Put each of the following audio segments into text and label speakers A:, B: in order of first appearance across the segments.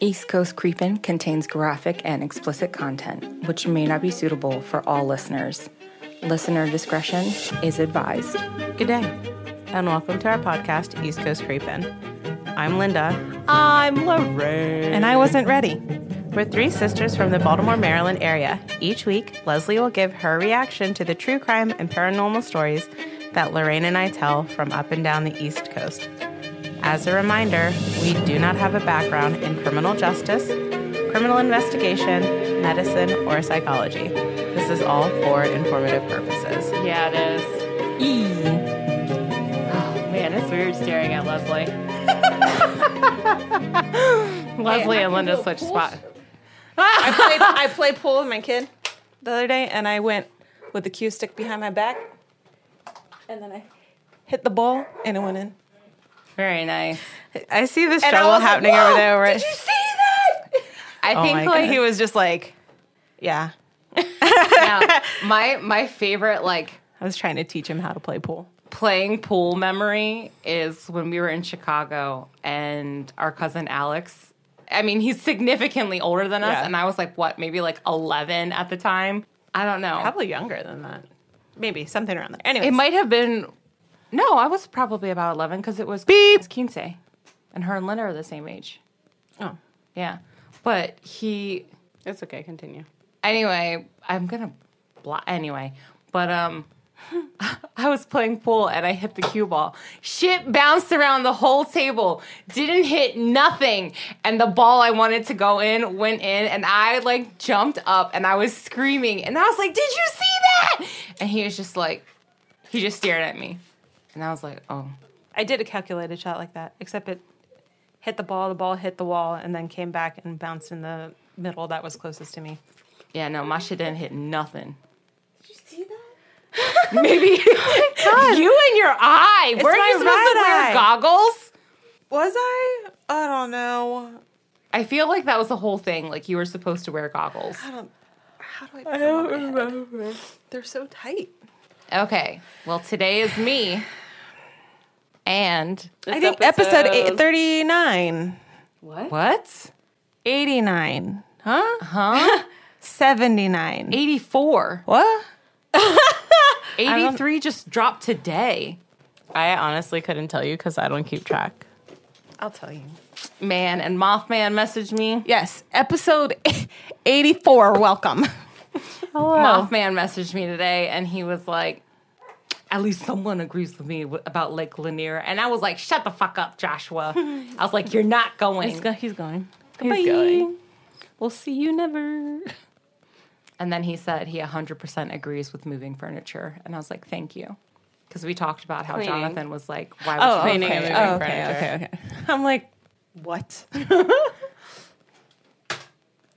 A: East Coast Creepin' contains graphic and explicit content, which may not be suitable for all listeners. Listener discretion is advised.
B: Good day, and welcome to our podcast, East Coast Creepin'. I'm Linda.
C: I'm Lorraine.
B: And I wasn't ready. We're three sisters from the Baltimore, Maryland area. Each week, Leslie will give her reaction to the true crime and paranormal stories that Lorraine and I tell from up and down the East Coast. As a reminder, we do not have a background in criminal justice, criminal investigation, medicine, or psychology. This is all for informative purposes. E.
C: Yeah, it is. Oh, man, it's weird staring at Leslie. Leslie and Linda switch spot.
B: I played, I played pool with my kid the other day, and I went with the cue stick behind my back, and then I hit the ball, and it went in.
C: Very nice.
B: I see the struggle happening over there. Over it.
C: see that? I
B: my
C: think like
B: God. he was just like, yeah.
C: yeah, my my favorite like
B: I was trying to teach him how to play pool.
C: playing pool memory is when we were in Chicago and our cousin Alex. I mean, he's significantly older than us,
B: Yeah.
C: and I was like, what, maybe like eleven at the time. I don't know.
B: Probably younger than that. Maybe something around there. Anyway,
C: It might have been. No, I was probably about 11 because it was
B: Beep.
C: it was Quince. And her and Linda are the same age.
B: Oh,
C: Yeah. But he.
B: it's okay. Continue.
C: Anyway, I'm going to. Blah, anyway. But, um. I was playing pool and I hit the cue ball. Shit bounced around the whole table, didn't hit nothing. And the ball I wanted to go in went in, and I like jumped up and I was screaming. And I was like, Did you see that? And he was just like, He just stared at me. And I was like, Oh.
B: I did a calculated shot like that, except it hit the ball. The ball hit the wall, and then came back and bounced in the middle that was closest to me.
C: Yeah, no, my shit didn't hit nothing.
B: See that?
C: Maybe you and your eye. Weren't
B: my
C: you supposed to
B: right
C: wear
B: eye.
C: goggles?
B: Was I? I don't know.
C: I feel like that was the whole thing. Like you were supposed to wear goggles.
B: How do I? I don't remember. They're so tight.
C: Okay. Well, today is me. And
B: I think episode, eight, 39,
C: what?
B: 89, huh?
C: Huh?
B: 79.
C: 84.
B: What?
C: 83 just dropped today.
D: I honestly couldn't tell you because I don't keep track.
B: I'll tell you.
C: Man, and Mothman messaged me.
B: Yes, episode 84. Welcome. Oh.
C: Mothman messaged me today and he was like, at least someone agrees with me w- about Lake Lanier. And I was like, shut the fuck up, Joshua. I was like, you're not going.
D: he's going.
B: Bye.
D: He's going. We'll see you never.
C: And then he said he 100% agrees with moving furniture. And I was like, thank you. Because we talked about how
D: Cleaning.
C: Jonathan was like, why would you
D: Cleaning and moving
C: okay.
B: Oh, okay,
D: furniture.
B: okay, okay. I'm like, what?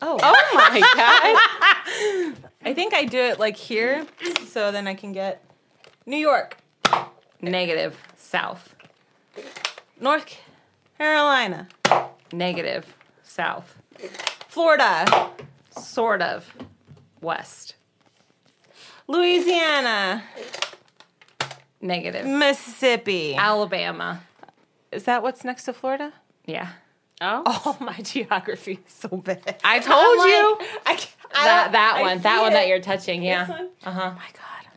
B: oh. my god. I think I do it like here, so then I can get New York,
C: negative, south,
B: North Carolina,
C: negative, south,
B: Florida,
C: sort of, west,
B: Louisiana,
C: negative,
B: Mississippi.
C: Alabama.
B: Is that what's next to Florida?
C: Yeah.
D: Oh,
B: Oh, my geography is so bad.
C: I told you
B: I, can't- I
C: that,
B: don't-
C: that
B: I
C: one,
B: see
C: that one
B: it.
C: that you're touching.
B: This
C: Yeah.
B: one?
C: Uh huh.
B: my god.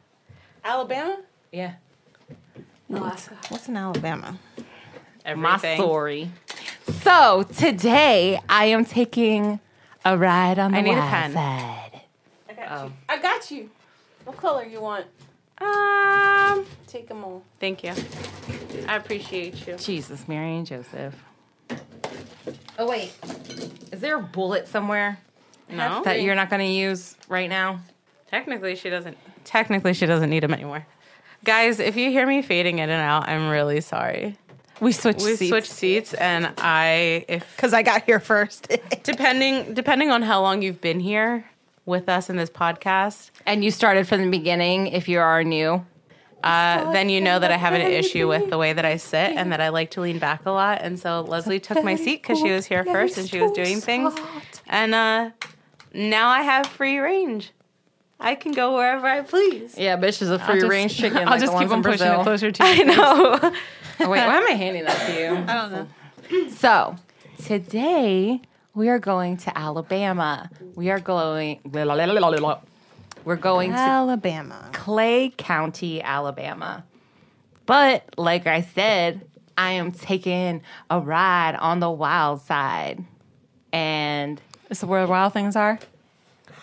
B: Alabama?
C: Yeah.
B: What's in Alabama?
C: my story. So today I am taking a ride on the I
D: need a
C: wild
D: pen.
C: side.
B: I got
C: Oh.
B: you. I got you. What color you want?
D: Um,
B: Take them all.
D: thank you.
B: I appreciate you.
C: Jesus, Mary and Joseph. Oh wait, is there a bullet somewhere
D: No,
C: that you're not going to use right now?
D: technically she doesn't. Technically she doesn't need him anymore. Guys, if you hear me fading in and out, I'm really sorry.
C: We switched
D: We
C: seats.
D: switched seats, and I, if
B: Because I got here first.
D: depending depending on how long you've been here with us in this podcast,
C: and you started from the beginning. If you are new,
D: Uh, then you know that I have an issue with the way that I sit and that I like to lean back a lot. And so Leslie took my seat because she was here first and she was doing things. And uh, now I have free range. I can go wherever I please.
C: yeah, bitch is a free range chicken. like the ones in Brazil.
B: to you.
D: No.
C: Oh, wait, why am I handing that to you?
B: I don't know.
C: So today We are going to Alabama. We are going. We're going to
E: Alabama.
C: Clay County, Alabama. But like I said, I am taking a ride on the wild side. And
E: Is it where wild things are?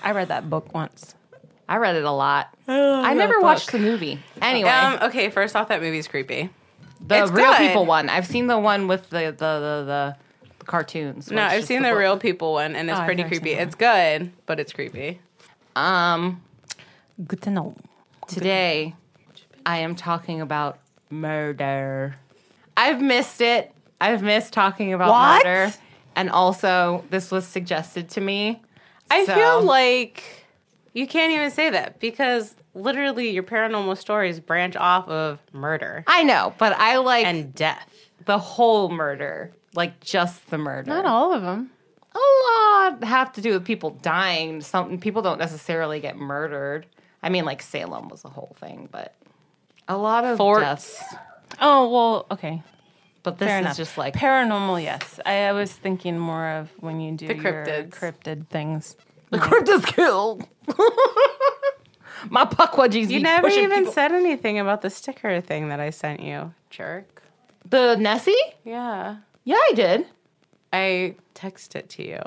E: I read that book once.
C: I read it a lot. I never watched the movie. Anyway,
B: Um, okay, first off, that movie's creepy.
C: the
B: it's
C: real
B: good.
C: people one. I've seen the one with the the the, the cartoons. where
B: No,
C: it's
B: I've
C: just
B: seen the,
C: book.
B: real people one, and it's
E: Oh, I've
B: pretty
E: never seen
B: creepy.
E: that.
B: It's good, but it's creepy.
C: Um,
E: Good to know.
C: today I am talking about murder. I've missed it. I've missed talking about
E: What?
C: murder. And also, this was suggested to me.
B: I
C: So-
B: feel like you can't even say that because literally your paranormal stories branch off of murder
C: I know, but I like
B: and death.
C: the whole murder, like just the murder.
E: Not all of them.
C: a lot have to do with people dying. Something people don't necessarily get murdered. I mean, like Salem was a whole thing, but a lot of
B: Forts.
C: deaths.
E: Oh well, okay.
C: But this
E: Fair
C: is
E: enough.
C: just like
E: paranormal. Yes, I, I was thinking more of when you do the
B: cryptids.
E: cryptid things.
C: the crypto's killed. My puckwudgies.
B: You never even said anything about the sticker thing that I sent you, jerk.
C: the Nessie.
B: Yeah.
C: Yeah, I did.
B: I texted it to you.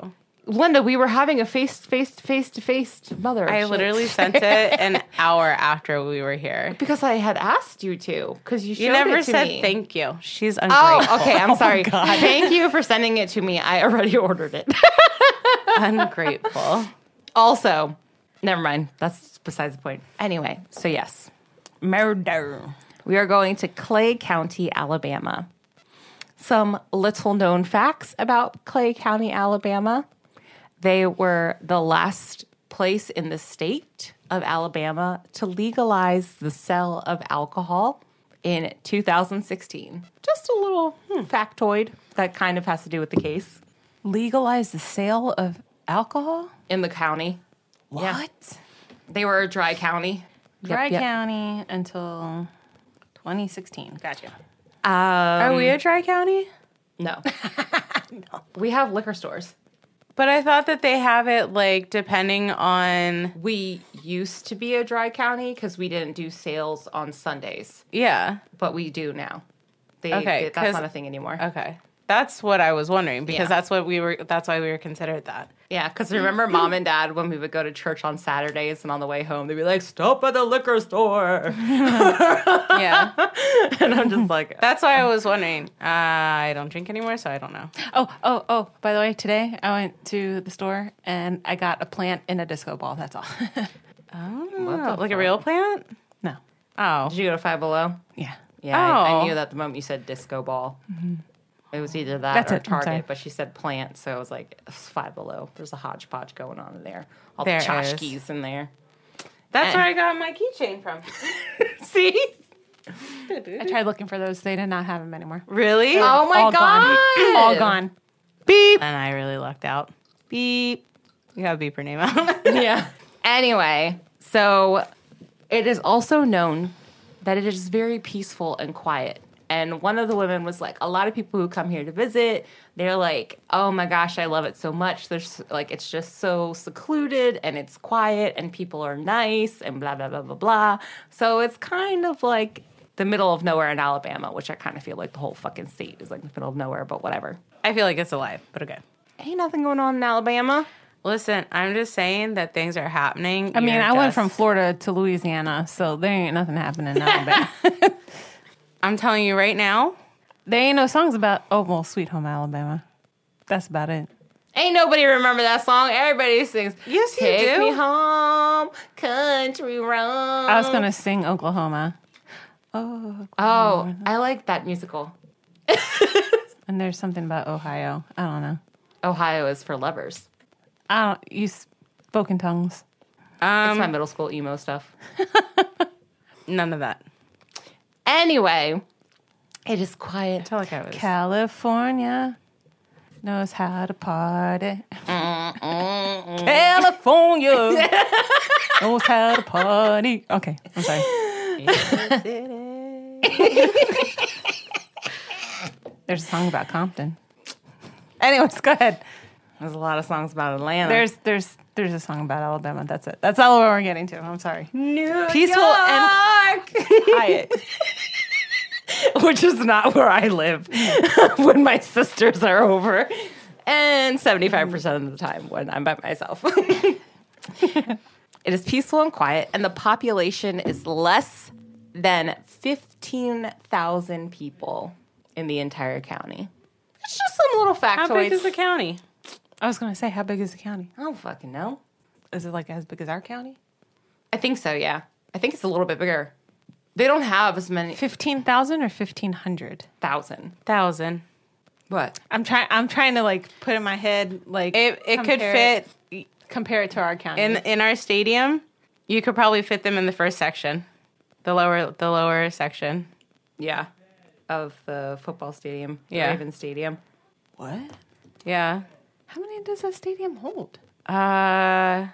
C: Linda, we were having a face, face, face to face mother.
B: I literally sent it an hour after we were here.
C: because I had asked you to because you showed
B: You never
C: it to
B: said
C: me.
B: thank you. She's
C: Oh,
B: ungrateful.
C: okay. I'm sorry. Thank you for sending it to me. I already ordered it.
B: ungrateful.
C: also, never mind. That's besides the point. Anyway, so yes,
E: Murder.
C: we are going to Clay County, Alabama. Some little known facts about Clay County, Alabama. They were the last place in the state of Alabama to legalize the sale of alcohol in 2016. Just a little hmm, factoid that kind of has to do with the case
E: Legalize the sale of alcohol.
C: in the county.
E: What?
C: They were a dry county.
E: Dry
C: yep.
E: County until 2016.
B: Um,
E: Gotcha.
B: Are we a dry county?
C: No. We have liquor stores.
B: But I thought that they have it like depending on
C: We used to be a dry county because we didn't do sales on Sundays,
B: yeah.
C: but we do now. They,
B: Okay,
C: they- that's
B: 'cause-
C: not a thing anymore.
B: Okay. That's what I was wondering because
C: Yeah.
B: that's what we were that's why we were considered that.
C: Yeah, because remember mom and dad when we would go to church on Saturdays and on the way home, they'd be like, stop at the liquor store.
B: Yeah.
C: and I'm just like,
B: that's why I was wondering. Uh, I don't drink anymore so I don't know.
E: Oh, oh, oh! By the way, today I went to the store and I got a plant and a disco ball. That's all.
B: Oh, like a real plant?
E: no.
B: Oh.
C: did you go to Five Below?
E: Yeah.
C: Yeah, I, I
B: Oh. Mm-hmm.
C: knew that the moment you said disco ball. It was either that
E: That's
C: or
E: it, I'm sorry.
C: Target, but she said plant, so I was like, it's five below. There's a hodgepodge going on in there. All
B: There
C: the
B: is.
C: tchotchkes in there.
B: That's where I got my keychain from.
C: See?
E: I tried looking for those. They did not have them anymore.
B: Really?
C: Oh my
E: all
C: god.
E: Gone. all gone.
C: Beep.
B: And I really lucked out. Beep. You gotta beep her name out.
C: Yeah. Anyway, so it is also known that it is very peaceful and quiet. And one of the women was like, a lot of people who come here to visit, they're like, oh my gosh, I love it so much. There's like, it's just so secluded and it's quiet and people are nice and blah, blah, blah, blah, blah. So it's kind of like the middle of nowhere in Alabama, which I kind of feel like the whole fucking state is like the middle of nowhere, but whatever.
B: I feel like it's alive, but okay.
C: Ain't nothing going on in Alabama.
B: Listen, I'm just saying that things are happening.
E: I mean,
B: You're
E: I went
B: just-
E: from Florida to Louisiana, so there ain't nothing happening now. but
B: I'm telling you right now,
E: there ain't no songs about oh well, Sweet Home Alabama. That's about it.
C: Ain't nobody remember that song. Everybody sings.
B: Yes, you
C: Take
B: do.
C: me home, country road.
E: I was gonna sing Oklahoma,
C: Oh, I like that musical.
E: and there's something about Ohio. I don't know.
C: Ohio is for lovers.
E: I don't. You spoke in tongues.
C: That's my middle school emo stuff.
B: none of that.
C: Anyway, it is quiet.
B: I feel like I was.
E: California knows how to party.
C: California.
E: knows how to party. Okay, I'm sorry. There's a song about Compton. Anyways, go ahead.
C: There's a lot of songs about Atlanta.
F: There's there's there's a song about Alabama. That's it. That's all we're getting to. I'm sorry.
C: New
F: Peaceful
C: York,
F: Hyatt.
C: which is not where I live when my sisters are over, and 75% of the time when I'm by myself. it is peaceful and quiet, and the population is less than 15,000 people in the entire county. It's just some little
B: How big is
C: factoids.
B: the county?
F: I was gonna say, how big is the county?
C: I don't fucking know.
F: Is it like as big as our county?
C: I think so, yeah. I think it's a little bit bigger. They don't have as many
F: Fifteen thousand or fifteen hundred?
C: thousand.
B: Thousand.
C: What?
F: I'm trying. I'm trying to like put in my head like
B: It it could
F: compare
B: fit
F: it- compare it to our county.
B: in in our stadium. You could probably fit them in the first section, the lower the lower section.
C: Yeah. Of the football stadium, the
B: Yeah.
C: Ravens Stadium.
F: what?
B: Yeah.
F: How many does that stadium hold?
B: Uh,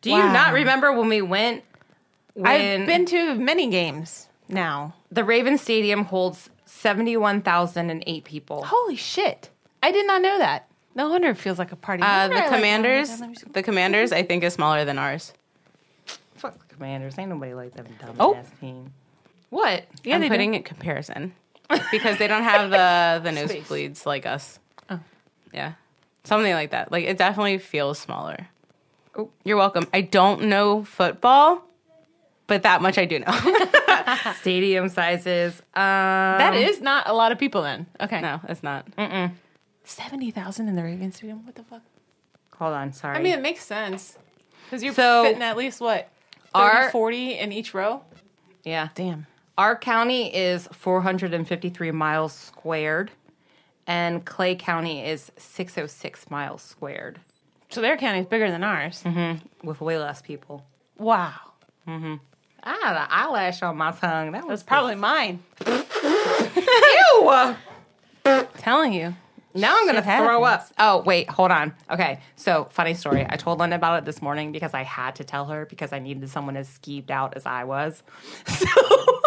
C: Do
F: Wow.
C: you not remember when we went? When
F: I've been to many games now.
C: the Ravens Stadium holds seventy-one thousand and eight people.
F: Holy shit! I did not know that. No wonder it feels like a party.
B: uh,
F: No
B: the
F: wonder I like- "Oh."
B: commanders, the commanders, I think is smaller than ours.
C: Fuck the Commanders! Ain't nobody like them dumbass
F: Oh.
C: team. What?
B: Yeah, I'm
F: they do.
B: putting it comparison because they don't have the the nosebleeds like us.
F: Oh.
B: Yeah, something like that. Like it definitely feels smaller.
F: Oh.
B: You're welcome. I don't know football, but that much I do know.
C: Stadium sizes. Um,
F: that is not a lot of people then. Okay,
B: no, it's not.
F: seventy thousand in the Ravens Stadium. What the fuck?
C: hold on. Sorry.
F: I mean, it makes sense because you're
C: So-
F: fitting at least what 30,
C: Our-
F: 40 in each row.
C: yeah.
F: Damn.
C: Our county is four hundred and fifty-three miles squared, and Clay County is six hundred six miles squared
F: So their county's bigger than ours.
C: with way less people.
F: Wow.
C: I had an eyelash on my tongue. That was
F: That's probably mine.
C: ew.
F: Telling you.
C: Now I'm gonna
F: Shit
C: throw up. Oh wait, hold on. Okay, so funny story. I told Linda about it this morning because I had to tell her because I needed someone as skeeved out as I was. So,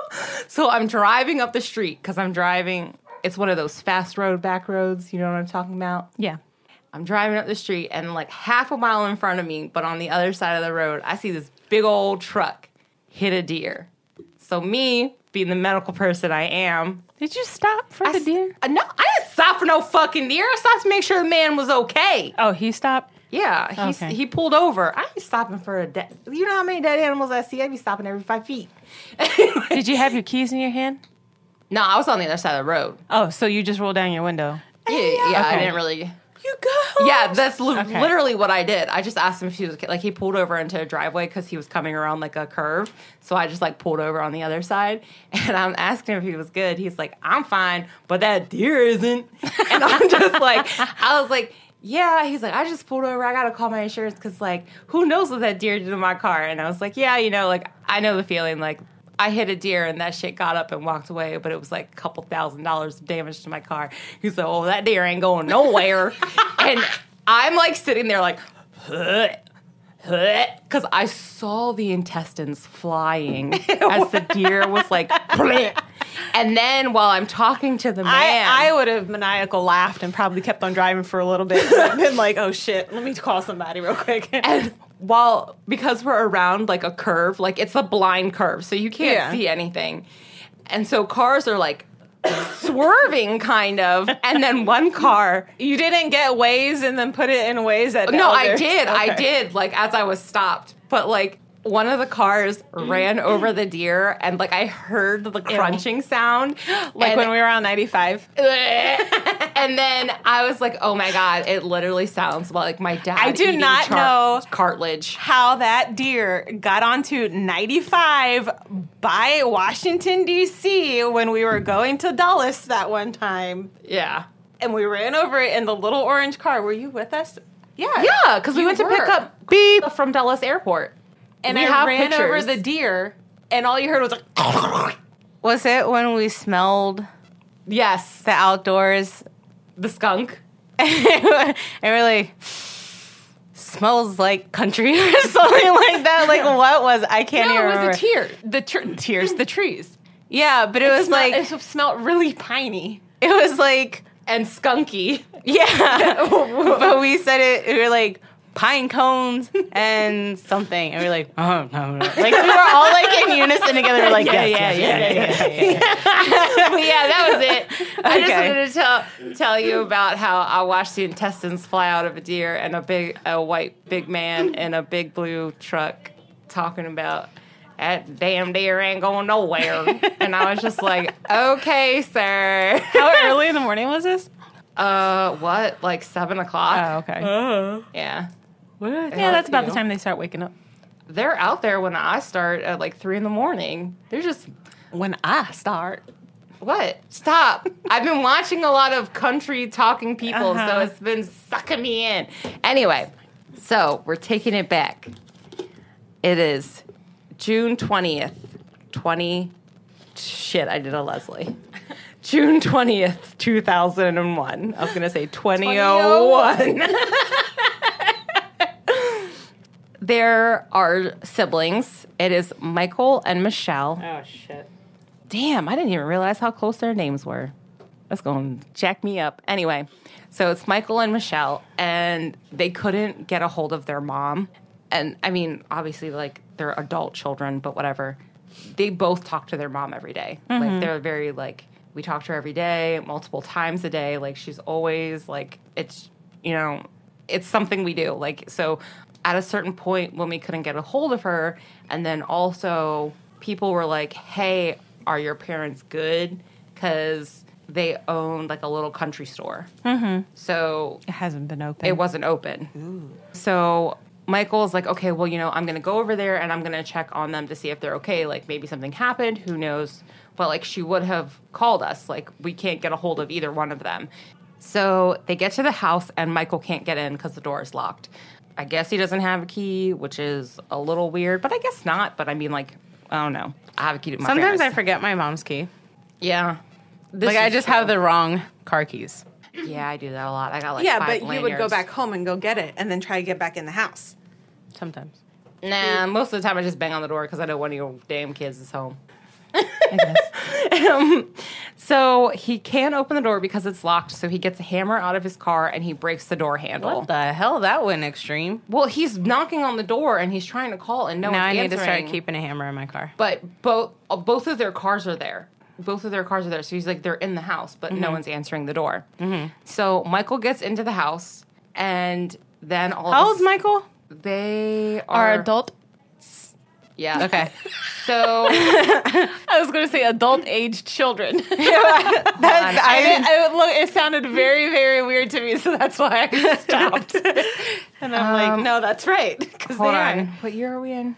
C: so I'm driving up the street because I'm driving. It's one of those fast road back roads. You know what I'm talking about?
F: Yeah.
C: I'm driving up the street and like half a mile in front of me, but on the other side of the road, I see this big old truck hit a deer. So me, being the medical person I am,
F: Did you stop for the
C: s-
F: deer?
C: uh, No, I didn't stop for no fucking deer. I stopped to make sure the man was okay.
F: Oh, he stopped.
C: Yeah, he s
F: Okay.
C: he pulled over. I ain't stopping for a dead. You know how many dead animals I see? I be stopping every five feet.
F: Did you have your keys in your hand?
C: No, I was on the other side of the road.
F: Oh, so you just rolled down your window.
C: Yeah, yeah, I
F: Okay.
C: didn't really.
F: um, You go.
C: Yeah, that's li-
F: Okay.
C: literally what I did. I just asked him if he was okay. like he pulled over into a driveway because he was coming around like a curve. So I just like pulled over on the other side, and I'm asking him if he was good. He's like, "I'm fine, but that deer isn't." And I'm just like, I was like. Yeah, he's like, I just pulled over. I gotta call my insurance because, like, who knows what that deer did to my car? And I was like, yeah, you know, like, I know the feeling. Like, I hit a deer and that shit got up and walked away, but it was like a couple thousand dollars of damage to my car. He's like, oh, that deer ain't going nowhere. and I'm like sitting there like, because I saw the intestines flying as the deer was like, and then while I'm talking to the man,
F: I, I would have maniacal laughed and probably kept on driving for a little bit and been like, oh shit, let me call somebody real quick.
C: and while because we're around like a curve, like it's a blind curve, so you can't
F: Yeah.
C: see anything. And so cars are like swerving kind of, and then one car
F: you didn't get ways and then put it in ways that
C: No,
F: the
C: I
F: others-
C: did. I
F: Okay.
C: did. Like as I was stopped, but like one of the cars ran over the deer, and like I heard the crunching sound,
F: Like
C: and,
F: when we were on 95.
C: and then I was like, "Oh my god!" It literally sounds like my dad.
F: I do
C: eating
F: not know-
C: cartilage.
F: How that deer got onto 95 by Washington, D.C. when we were going to Dulles that one time.
C: Yeah,
F: And we ran over it in the little orange car. Were you with us? Yeah.
C: yeah. Because we
F: You
C: went to pick
F: were.
C: up beep from Dallas Airport,
F: And
C: We
F: I
C: have
F: ran over
C: pictures.
F: the deer, and all you heard was like,
B: Was it when we smelled
C: Yes,
B: the outdoors
C: the skunk.
B: and we're like smells like country or something like that? Like what Oh, was I can't
F: no,
B: even
F: it was
B: remember.
F: a tear. The tr- tears, the trees.
B: yeah, but it was
F: Smell-
B: like
F: it smelled really piney.
B: it was like
C: and skunky.
B: Yeah. but we said it, we were like, pine cones and something. And we were like, oh, no, no. Like, we were all like in unison together. We're like, yeah, yeah, yeah.
C: But yeah, that was it. I just
B: Okay.
C: wanted to tell tell you about how I watched the intestines fly out of a deer and a big a white big man in a big blue truck talking about that damn deer ain't going nowhere. and I was just like, okay, sir.
B: How early in the morning was this?
C: Uh, what? Like seven o'clock?
B: Oh, okay.
C: Yeah.
B: yeah, that's about
C: you
B: the time they start waking up.
C: They're out there when I start at like three in the morning. They're just
B: When I start.
C: What? Stop. I've been watching a lot of country talking people, so
B: Uh-huh.
C: it's been sucking me in. Anyway, so we're taking it back. It is June 20th, 20. Shit, I did a Leslie. June 20th, 2001. I was going to say 2001. there are siblings. It is Michael and Michelle.
B: Oh, shit.
C: Damn, I didn't even realize how close their names were. That's going to jack me up. Anyway, so it's Michael and Michelle, and they couldn't get a hold of their mom. And I mean, obviously, like they're adult children, but whatever. They both talk to their mom every day. Like they're very like we talk to her every day, multiple times a day. Like she's always like it's you know it's something we do. Like so, at a certain point when we couldn't get a hold of her, and then also people were like, "Hey, are your parents good?" Because they owned like a little country store, mm-hmm. so
B: It hasn't been open.
C: it wasn't open. So Michael's like, okay, well, you know, I'm gonna go over there and I'm gonna check on them to see if they're okay. Like maybe something happened, who knows? But like she would have called us. Like we can't get a hold of either one of them. So they get to the house and Michael can't get in because the door is locked. I guess he doesn't have a key, which is a little weird, but I guess not. But I mean, like, I don't know. I have a key to my
B: Sometimes I
C: parents.
B: forget my mom's key.
C: yeah. This
B: Like, I
C: is
B: just
C: true.
B: have the wrong car keys.
C: yeah, I do that a lot. I got like
F: yeah,
C: five
F: but you would go
C: lanyards.
F: back home and go get it, and then try to get back in the house.
B: Sometimes.
C: Nah, most of the time I just bang on the door because I know one of your damn kids is home. Um,
B: I guess.
C: So he can't open the door because it's locked. So he gets a hammer out of his car and he breaks the door handle.
B: what the hell? That went extreme.
C: well, he's knocking on the door and he's trying to call and no
B: now I
C: one's
B: need to start
C: answering.
B: keeping a hammer in my car.
C: But both uh, both of their cars are there. Both of their cars are there. So he's like, they're in the house, but
B: Mm-hmm.
C: no one's answering the door. So Michael gets into the house and then all
B: How
C: of a
B: old's Michael?
C: s- They
G: Are
C: are
G: adult?
C: Yeah.
B: Okay.
C: So
G: I was going to say adult aged children.
B: I didn't-
G: I, look, it sounded very, very weird to me, so that's why I stopped.
F: And
B: Um,
F: I'm like, no, that's right. Because
C: hold on. What year are we in?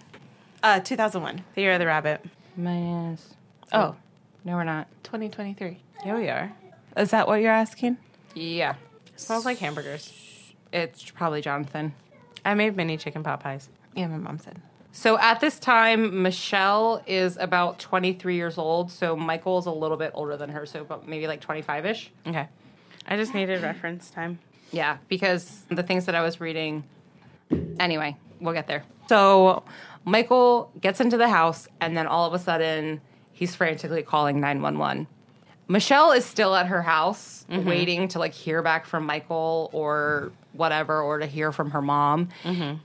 F: Uh, 2001.
B: the year of the rabbit.
C: Minus.
G: oh,
C: No, we're not.
G: 2023.
B: Here we are.
F: Is that what you're asking?
C: Yeah.
B: Smells like hamburgers.
C: It's probably Jonathan.
B: I made mini chicken pot pies.
F: Yeah, my mom said.
C: So at this time, Michelle is about 23 years old. So Michael's a little bit older than her. So about maybe like 25 ish.
B: Okay. I just needed reference time.
C: Yeah, because the things that I was reading. Anyway, we'll get there. So Michael gets into the house, and then all of a sudden, he's frantically calling 911. Michelle is still at her house waiting to like hear back from Michael or whatever, or to hear from her mom.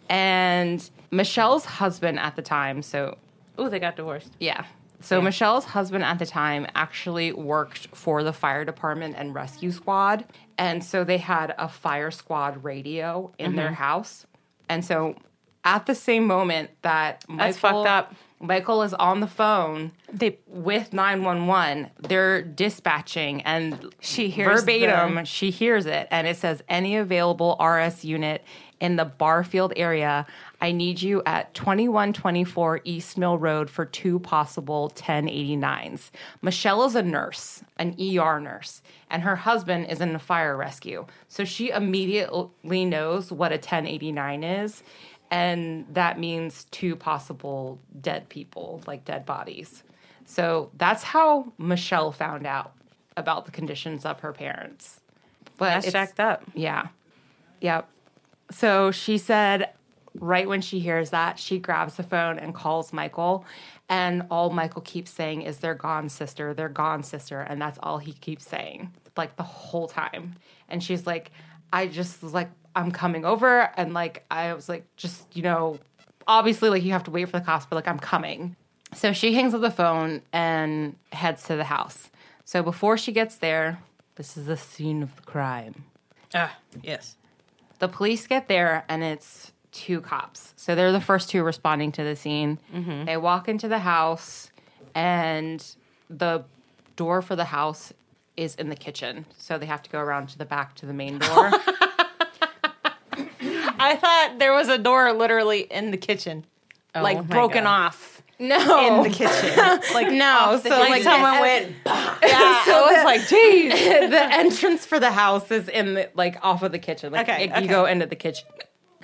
C: And Michelle's husband at the time, so
B: Oh, they got divorced.
C: yeah. So Michelle's husband at the time actually worked for the fire department and rescue squad. And so they had a fire squad radio in
B: Mm-hmm.
C: their house. And so at the same moment that
B: That's
C: Michael,
B: fucked up.
C: Michael is on the phone
B: They
C: with 911, they're dispatching and
B: She hears
C: verbatim, Um, she hears it and it says any available RS unit in the Barfield area, I need you at 2124 East Mill Road for two possible 1089s. Michelle is a nurse, an ER nurse, and her husband is in the fire rescue. So she immediately knows what a 1089 is. And that means two possible dead people, like dead bodies. So that's how Michelle found out about the conditions of her parents. But
B: that's
C: it's-
B: jacked up.
C: Yeah. Yep. So she said right when she hears that, she grabs the phone and calls Michael. And all Michael keeps saying is, they're gone, sister. They're gone, sister. And that's all he keeps saying. like the whole time. And she's like, I just was like, I'm coming over. And like, I was like, just, you know, obviously, like, you have to wait for the cops, but like, I'm coming. So she hangs up the phone and heads to the house. So before she gets there, this is the scene of the crime.
H: Ah, yes.
C: The police get there and it's two cops. So they're the first two responding to the scene. They walk into the house and the door for the house is in the kitchen. So they have to go around to the back to the main door.
H: I thought there was a door literally in the kitchen,
B: Oh
H: like broken off
C: no.
H: in the kitchen. Like
C: no, so like someone went. Yeah, so I was like, "Geez." the entrance for the house is in the like off of the kitchen. Like,
H: Okay,
C: it-
H: okay.
C: you go into the kitchen.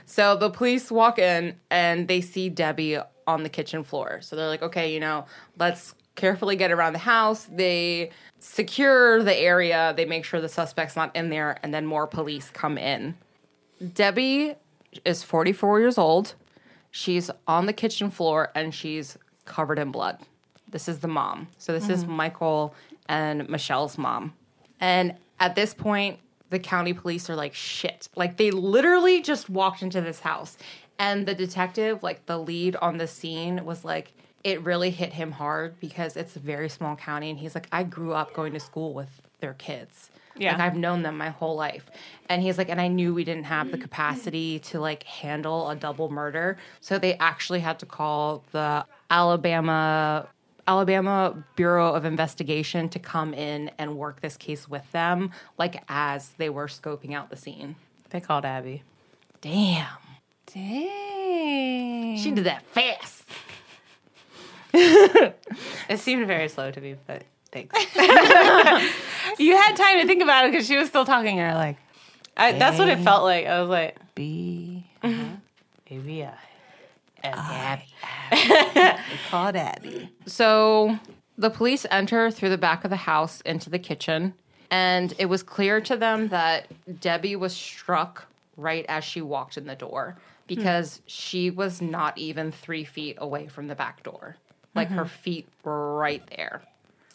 C: So the police walk in and they see Debbie on the kitchen floor. So they're like, "Okay, you know, let's carefully get around the house." They secure the area. They make sure the suspect's not in there, and then more police come in. Debbie is 44 years old. She's on the kitchen floor and she's covered in blood. This is the mom. So this is Michael and Michelle's mom. And at this point, the county police are like, shit. Like they literally just walked into this house. And the detective, like the lead on the scene, was like, it really hit him hard because it's a very small county. And he's like, I grew up going to school with their kids.
F: Yeah.
C: Like I've known them my whole life. And he's like, and I knew we didn't have the capacity to like handle a double murder. So they actually had to call the Alabama Alabama Bureau of Investigation to come in and work this case with them, like as they were scoping out the scene.
B: They called Abby.
C: Damn. Dang. She did that fast.
B: It seemed very slow to me, but thanks.
F: You had time to think about it because she was still talking. And you're like,
H: I, that's what it felt like. I was like,
B: B maybe I
H: called Abby.
C: So the police enter through the back of the house into the kitchen, and it was clear to them that Debbie was struck right as she walked in the door because she was not even three feet away from the back door. Like
F: Mm-hmm.
C: her feet were right there.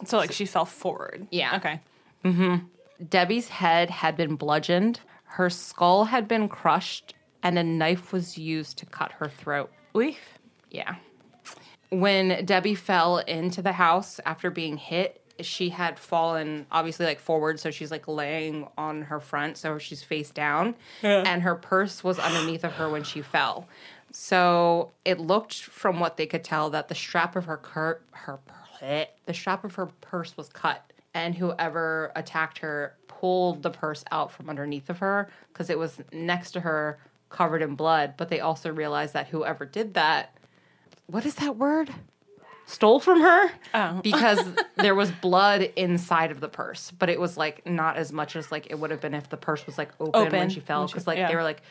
H: So like she fell forward.
C: Yeah. Mm-hmm.
H: Okay.
C: Debbie's head had been bludgeoned, her skull had been crushed, and a knife was used to cut her throat. Oof. Yeah. When Debbie fell into the house after being hit, she had fallen obviously like forward, so she's like laying on her front, so she's face down, and her purse was underneath of her when she fell. So it looked from what they could tell that the strap of her cur- her bleh, the strap of her purse was cut, and whoever attacked her pulled the purse out from underneath of her because it was next to her, covered in blood. But they also realized that whoever did that what is that word? Oh. Stole from her because there was blood inside of the purse, but it was like not as much as like it would have been if the purse was like open, when
H: Open,
C: she fell. Because like they were like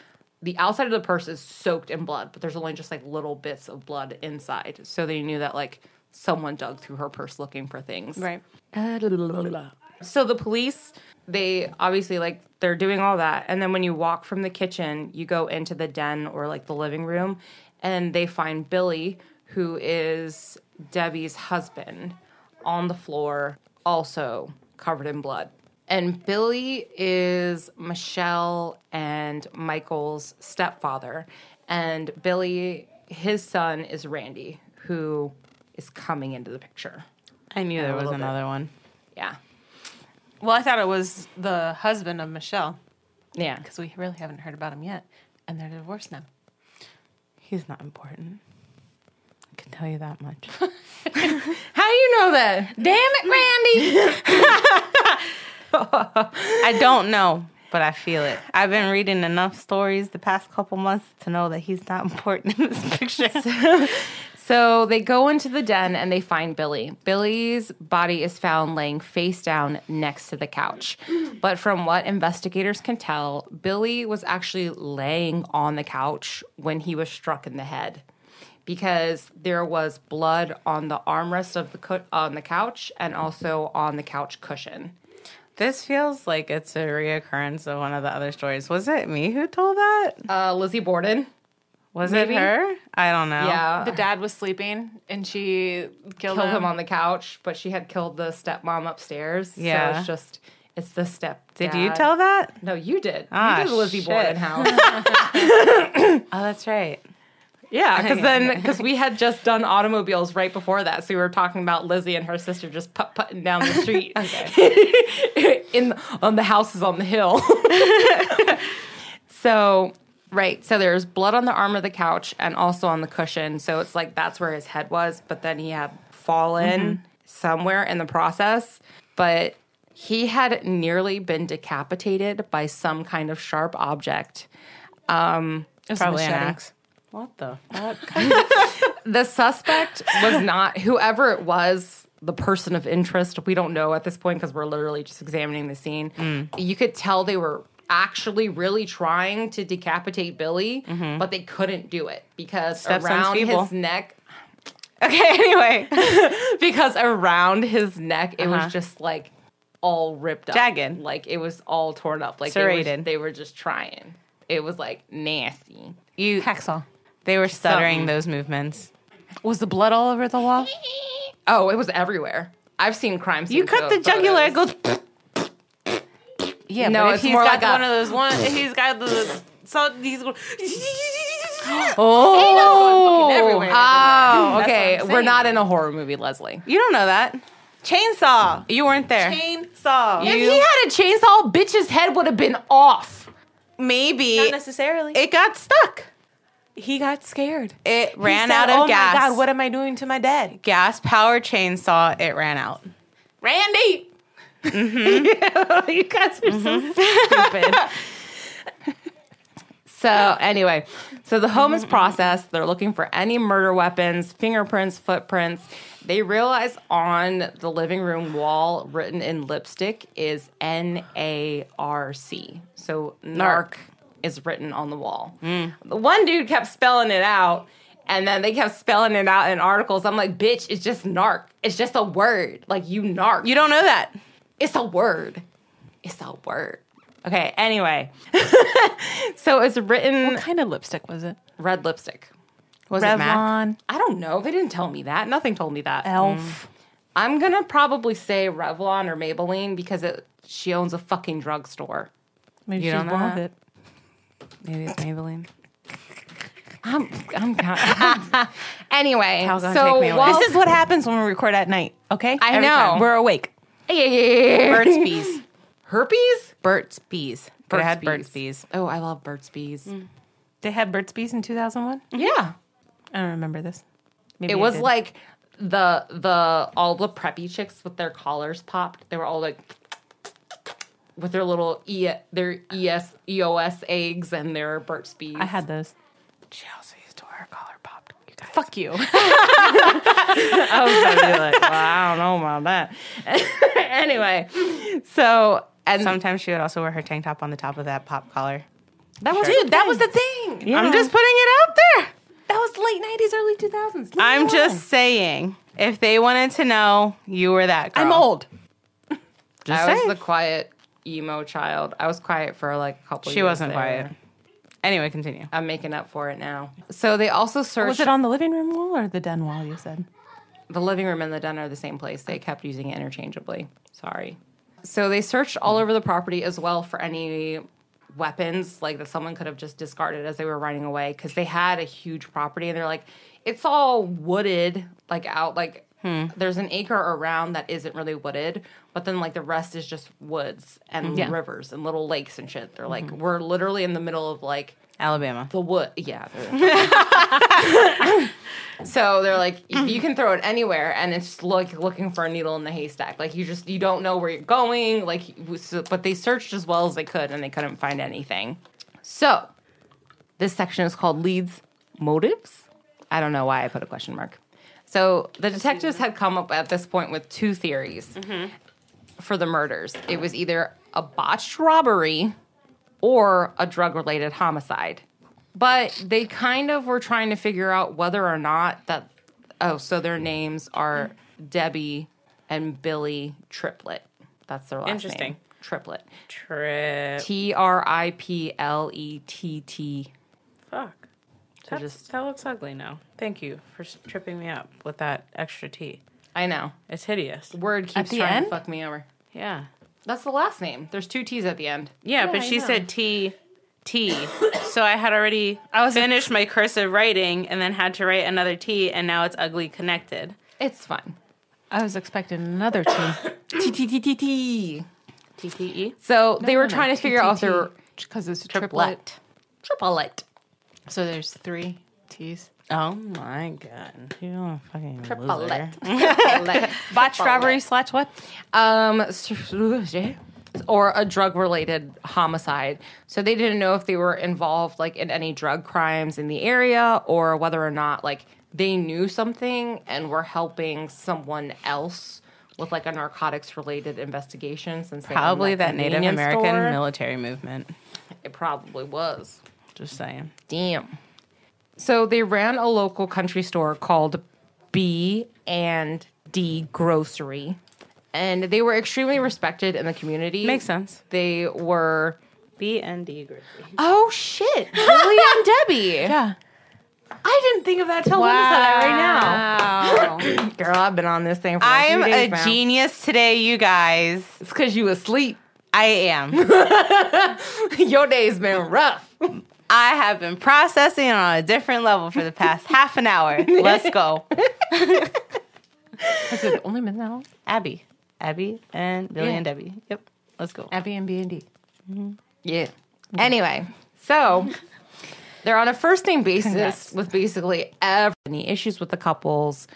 C: the outside of the purse is soaked in blood, but there's only just like little bits of blood inside. So they knew that like someone dug through her purse looking for things.
H: Right.
C: So the police, they obviously like they're doing all that, and then when you walk from the kitchen, you go into the den or like the living room, and they find Billy, who is Debbie's husband, on the floor, also covered in blood. And Billy is Michelle and Michael's stepfather, and Billy, his son is Randy, who is coming into the picture.
B: I knew there was
C: little bit.
B: another one.
C: Yeah.
H: Well, I thought it was the husband of Michelle
C: Yeah.
H: because we really haven't heard about him yet, and they're divorced now.
B: He's not important. I can tell you that much.
C: How do you know that?
F: damn it, Randy.
B: I don't know, but I feel it. I've been reading enough stories the past couple months to know that he's not important in this picture.
C: So they go into the den and they find Billy. Billy's body is found laying face down next to the couch. But from what investigators can tell, Billy was actually laying on the couch when he was struck in the head because there was blood on the armrest of the cou- on the couch and also on the couch cushion.
B: This feels like it's a reoccurrence of one of the other stories. Was it me who told that?
C: Uh, Lizzie Borden.
B: Was
C: maybe?
B: it her? I don't know.
C: Yeah.
F: The dad was sleeping and she
C: killed
F: killed, him.
C: him on the couch, but she had killed the stepmom upstairs. So
B: Yeah.
C: it's just It's the step.
B: Did you tell that?
C: No, you did.
B: Ah,
C: you did Lizzie
B: shit.
C: Borden house.
B: Oh, that's right.
C: yeah, because then because we had just done automobiles right before that, so we were talking about Lizzie and her sister just putt putting down the street in the, on the houses on the hill. so right, so there's blood on the arm of the couch and also on the cushion. So it's like that's where his head was, but then he had fallen somewhere in the process, but. He had nearly been decapitated by some kind of sharp object.
B: Probably an axe.
C: the suspect was not whoever it was the person of interest we don't know at this point because we're literally just examining the scene
B: Mm.
C: you could tell they were actually really trying to decapitate billy but they couldn't do it because
B: Stepson's
C: around
B: Mm-hmm. feeble.
C: his neck
B: Okay, anyway.
C: because around his neck it was just like all ripped up
B: Uh-huh. Jagged.
C: like it was all torn up like they were,
B: Serrated.
C: they were just trying it was like nasty
B: You
H: Hacksaw.
B: they were stuttering those movements.
H: Was the blood all over the wall?
C: oh it was everywhere i've seen crime scenes
B: You cut the
C: photos.
B: jugular, it goes
H: Yeah,
C: no
H: but
C: Oh, it's more like a,
F: one of those one. If he's got the so he's going.
C: Oh,
F: everywhere.
C: Oh, okay.
F: what I'm
C: We're
F: saying.
C: not in a horror movie, Leslie.
B: You don't know that.
F: chainsaw.
B: You weren't there.
F: Chainsaw.
C: If he had a chainsaw, bitch's head would have been off.
B: Maybe
F: Not necessarily.
B: it got stuck.
F: he got scared.
B: It
F: He
B: ran
F: said,
B: out of
F: oh
B: gas.
F: Oh my god! What am I doing to my dad?
B: gas power chainsaw, it ran out.
F: Randy.
C: you guys are so stupid. so anyway, so the home is processed. They're looking for any murder weapons, fingerprints, footprints. They realize on the living room wall, written in lipstick, is N A R C. So narc is written on the wall.
B: Mm.
C: The one dude kept spelling it out. And then they kept spelling it out in articles. I'm like, bitch, it's just narc. It's just a word. Like, you narc.
B: You don't know that.
C: It's a word. It's a word. Okay, anyway. so it's written
H: kind of lipstick was it?
C: red lipstick.
B: Was it Mac?
H: Revlon.
C: I don't know. They didn't tell me that. Nothing told me that. Mm.
H: Elf.
C: I'm going to probably say Revlon or Maybelline because it, she owns a fucking drugstore.
H: Maybe
B: You
H: she's
B: don't know
H: one of it.
B: that? Maybe it's Maybelline.
C: I'm, I'm, I'm Anyway,
B: gonna
C: so
B: take me away.
C: while-
F: This is what happens when we record at night. Okay.
C: I know.
F: We're awake.
C: Yeah, yeah, yeah, yeah.
B: Burt's Bees.
C: herpes?
B: Burt's Bees. Could have had
C: Burt's
B: Burt's Bees.
C: Oh, I love Burt's Bees.
F: They had Burt's Bees in 2001.
C: Yeah.
F: I don't remember this. Maybe
C: It
F: I
C: was
F: did.
C: like the the all the preppy chicks with their collars popped. They were all like with their little e their es eos eggs and their Burt's Bees.
F: I had those.
B: She also used to wear her collar popped. You guys.
F: Fuck you.
C: I was gonna be like, well, I don't know about that. anyway, so and
B: Sometimes she would also wear her tank top on the top of that pop collar.
C: that was
F: Dude, that was the thing.
B: I'm just putting it out there.
F: That was late 90s, early 2000s. Leave me
B: I'm
F: alone.
B: just saying. If they wanted to know, you were that girl.
F: I'm old.
C: I was
B: saying.
C: the quiet emo child. I was quiet for like a couple.
B: She
C: years
B: wasn't
C: there.
B: quiet. Anyway, continue.
C: I'm making up for it now. So they also searched
F: Oh, Was it on the living room wall or the den wall? You said.
C: the living room and the den are the same place. They kept using it interchangeably. Sorry. So they searched all over the property as well for any weapons like that someone could have just discarded as they were running away because they had a huge property and they're like, it's all wooded, like out, like there's an acre around that isn't really wooded, but then like the rest is just woods and rivers and little lakes and shit. They're like, we're literally in the middle of like
B: Alabama.
C: the wood. Yeah. so they're like, you can throw it anywhere, and it's just like looking for a needle in the haystack. Like you just you don't know where you're going. Like, so- but they searched as well as they could, and they couldn't find anything. So this section is called leads motives. I don't know why I put a question mark. So the detectives had come up at this point with two theories for the murders. It was either a botched robbery or a drug related homicide. But they kind of were trying to figure out whether or not that. Oh, so their names are Debbie and Billy Triplet. That's their last
B: Interesting.
C: name. Triplet.
B: Trip.
C: T R I P L E T T.
B: Fuck.
C: So just-
B: that looks ugly now. Thank you for s- tripping me up with that extra T.
C: I know.
B: It's hideous.
C: Word keeps
H: the
C: trying
H: end?
C: to fuck me over.
B: Yeah.
C: That's the last name. There's two T's at the end.
B: Yeah, but she said T T. so I had already I was finished my cursive writing and then had to write another T and now it's ugly connected.
C: It's fine.
F: I was expecting another T.
C: T T T T T.
B: T T E.
C: So they were trying to figure out if they were
F: because it's a triplet.
C: triplet.
F: So there's three T's.
B: Oh my god. You fucking
C: Triplet.
F: Botched robbery slash what?
C: Um, s- or a drug related homicide. So they didn't know if they were involved like in any drug crimes in the area or whether or not like they knew something and were helping someone else with like a narcotics related investigation since they owned
B: Probably that Native
C: convenience
B: American
C: store.
B: military movement.
C: It probably was.
B: Just saying.
C: Damn. So they ran a local country store called B and D Grocery, and they were extremely respected in the community.
B: Makes sense.
C: They were.
B: B and D group.
C: Oh shit! Billy and Debbie.
F: Yeah.
C: I didn't think of that till wow. right
F: Wow.
C: now. Girl, I've been on this thing for like
B: I'm
C: two
B: a
C: days now.
B: genius today, you guys.
C: It's because you asleep.
B: I am.
C: Your day's been rough.
B: I have been processing on a different level for the past half an hour. Let's go.
F: Has it only been that long?
B: Abby. Abby and Billy and Debbie. Yep. Let's go.
F: Abby and B and D.
C: Yeah. Anyway, so they're on a first name basis with basically every any issues with the couples,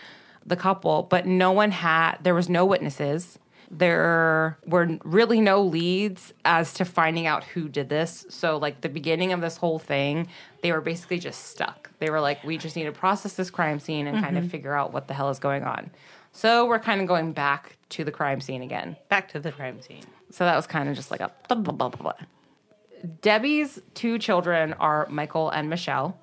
C: the couple, but no one had there was no witnesses. There were really no leads as to finding out who did this. So like the beginning of this whole thing, they were basically just stuck. They were like we just need to process this crime scene and kind of figure out what the hell is going on. So we're kind of going back to the crime scene again.
B: Back to the crime scene.
C: So that was kind of just like a blah, blah, blah, blah, blah. Debbie's two children are Michael and Michelle,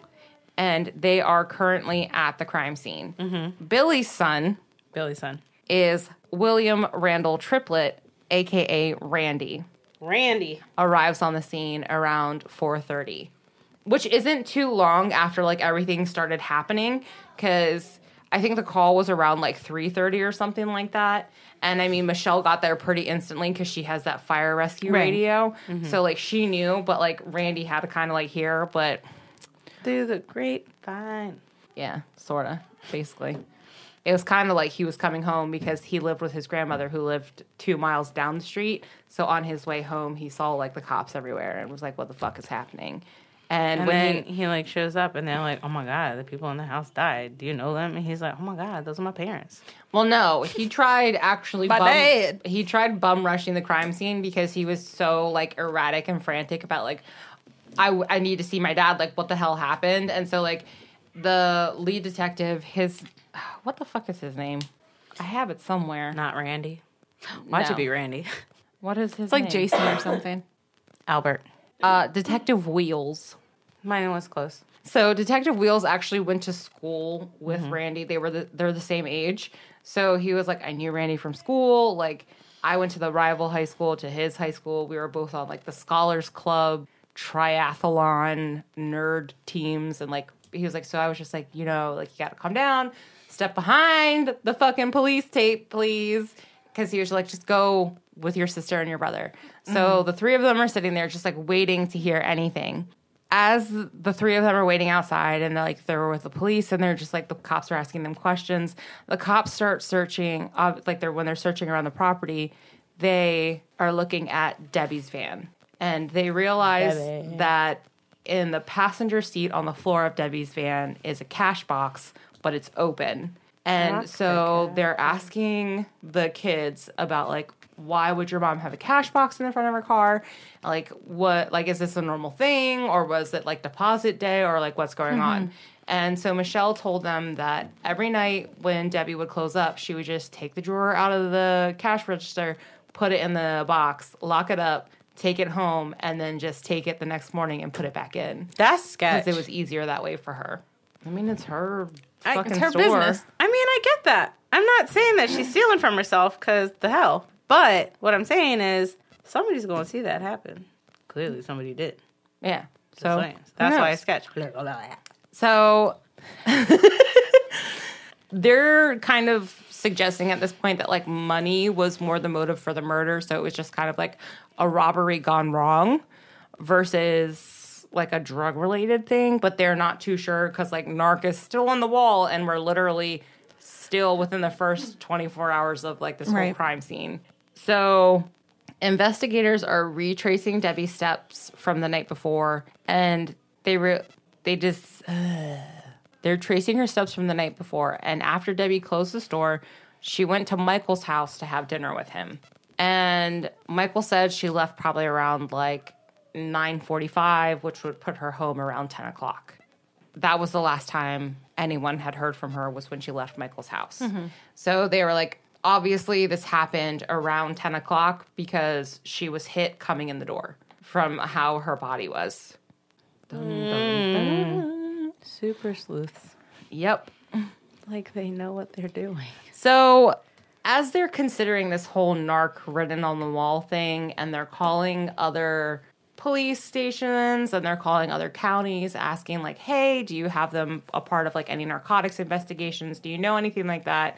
C: and they are currently at the crime scene. Billy's son
B: Billy's son.
C: is William Randall Triplett, aka Randy.
B: Randy.
C: Arrives on the scene around 4:30, which isn't too long after like everything started happening cuz I think the call was around like 3:30 or something like that. And I mean, Michelle got there pretty instantly because she has that fire rescue radio. So like she knew, but like Randy had to kind of like hear, but
B: Through the grapevine.
C: yeah, sorta, basically. It was kind of like he was coming home because he lived with his grandmother who lived two miles down the street. So on his way home, he saw like the cops everywhere and was like, "What the fuck is happening?" And,
B: And
C: when
B: then
C: he,
B: he like shows up and they're like, Oh my god, the people in the house died. Do you know them? And he's like, Oh my god, those are my parents.
C: well, no, he tried actually.
F: My
C: bum,
F: dad.
C: He tried bum rushing the crime scene because he was so like erratic and frantic about like, I I need to see my dad. Like, what the hell happened? And so like, the lead detective, his what the fuck is his name? I have it somewhere.
B: Not Randy. Why'd
C: No.
B: you be Randy?
C: What is his?
F: It's like Jason or something.
B: Albert.
C: Uh, Detective Wheels.
B: Mine was close.
C: So Detective Wheels actually went to school with Randy. They were the, they're the same age. So he was like, I knew Randy from school. Like I went to the rival high school to his high school. We were both on like the Scholars Club, triathlon, nerd teams, and like he was like, so I was just like, you know, like you got to come down, step behind the fucking police tape, please, because he was like, just go with your sister and your brother. So the three of them are sitting there just like waiting to hear anything as the three of them are waiting outside and they're like they're with the police and they're just like the cops are asking them questions the cops start searching uh, like they're when they're searching around the property they are looking at debbie's van and they realize that in the passenger seat on the floor of debbie's van is a cash box but it's open and so they're asking the kids about like why would your mom have a cash box in the front of her car? Like what like is this a normal thing or was it like deposit day or like what's going on? And so Michelle told them that every night when Debbie would close up, she would just take the drawer out of the cash register, put it in the box, lock it up, take it home, and then just take it the next morning and put it back in.
B: That's
C: Because
B: sketch.
C: it was easier that way for her. I mean it's her
B: I-
C: fucking
B: it's her
C: store.
F: business.
B: I mean, I get that. I'm not saying that she's stealing from herself because the hell. But what I'm saying is somebody's going to see that happen. Clearly, somebody did.
C: Yeah.
B: So
C: So
B: that's
C: who
B: why I
C: knows?
B: sketch.
C: So they're kind of suggesting at this point that like money was more the motive for the murder, so it was just kind of like a robbery gone wrong versus like a drug related thing, but they're not too sure cuz like narc is still on the wall and we're literally still within the first 24 hours of like this whole
F: Right.
C: crime scene. So investigators are retracing Debbie's steps from the night before, and they re- they just they're tracing her steps from the night before. And after Debbie closed the store, she went to Michael's house to have dinner with him. And Michael said she left probably around like 9:45, which would put her home around 10 o'clock that was the last time anyone had heard from her was when she left Michael's house. So they were like, obviously, this happened around 10 o'clock because she was hit coming in the door from how her body was.
B: Super sleuths.
C: Yep.
B: Like they know what they're doing.
C: So, as they're considering this whole narc written on the wall thing, and they're calling other police stations and they're calling other counties asking, like, hey, do you have them a part of like any narcotics investigations? Do you know anything like that?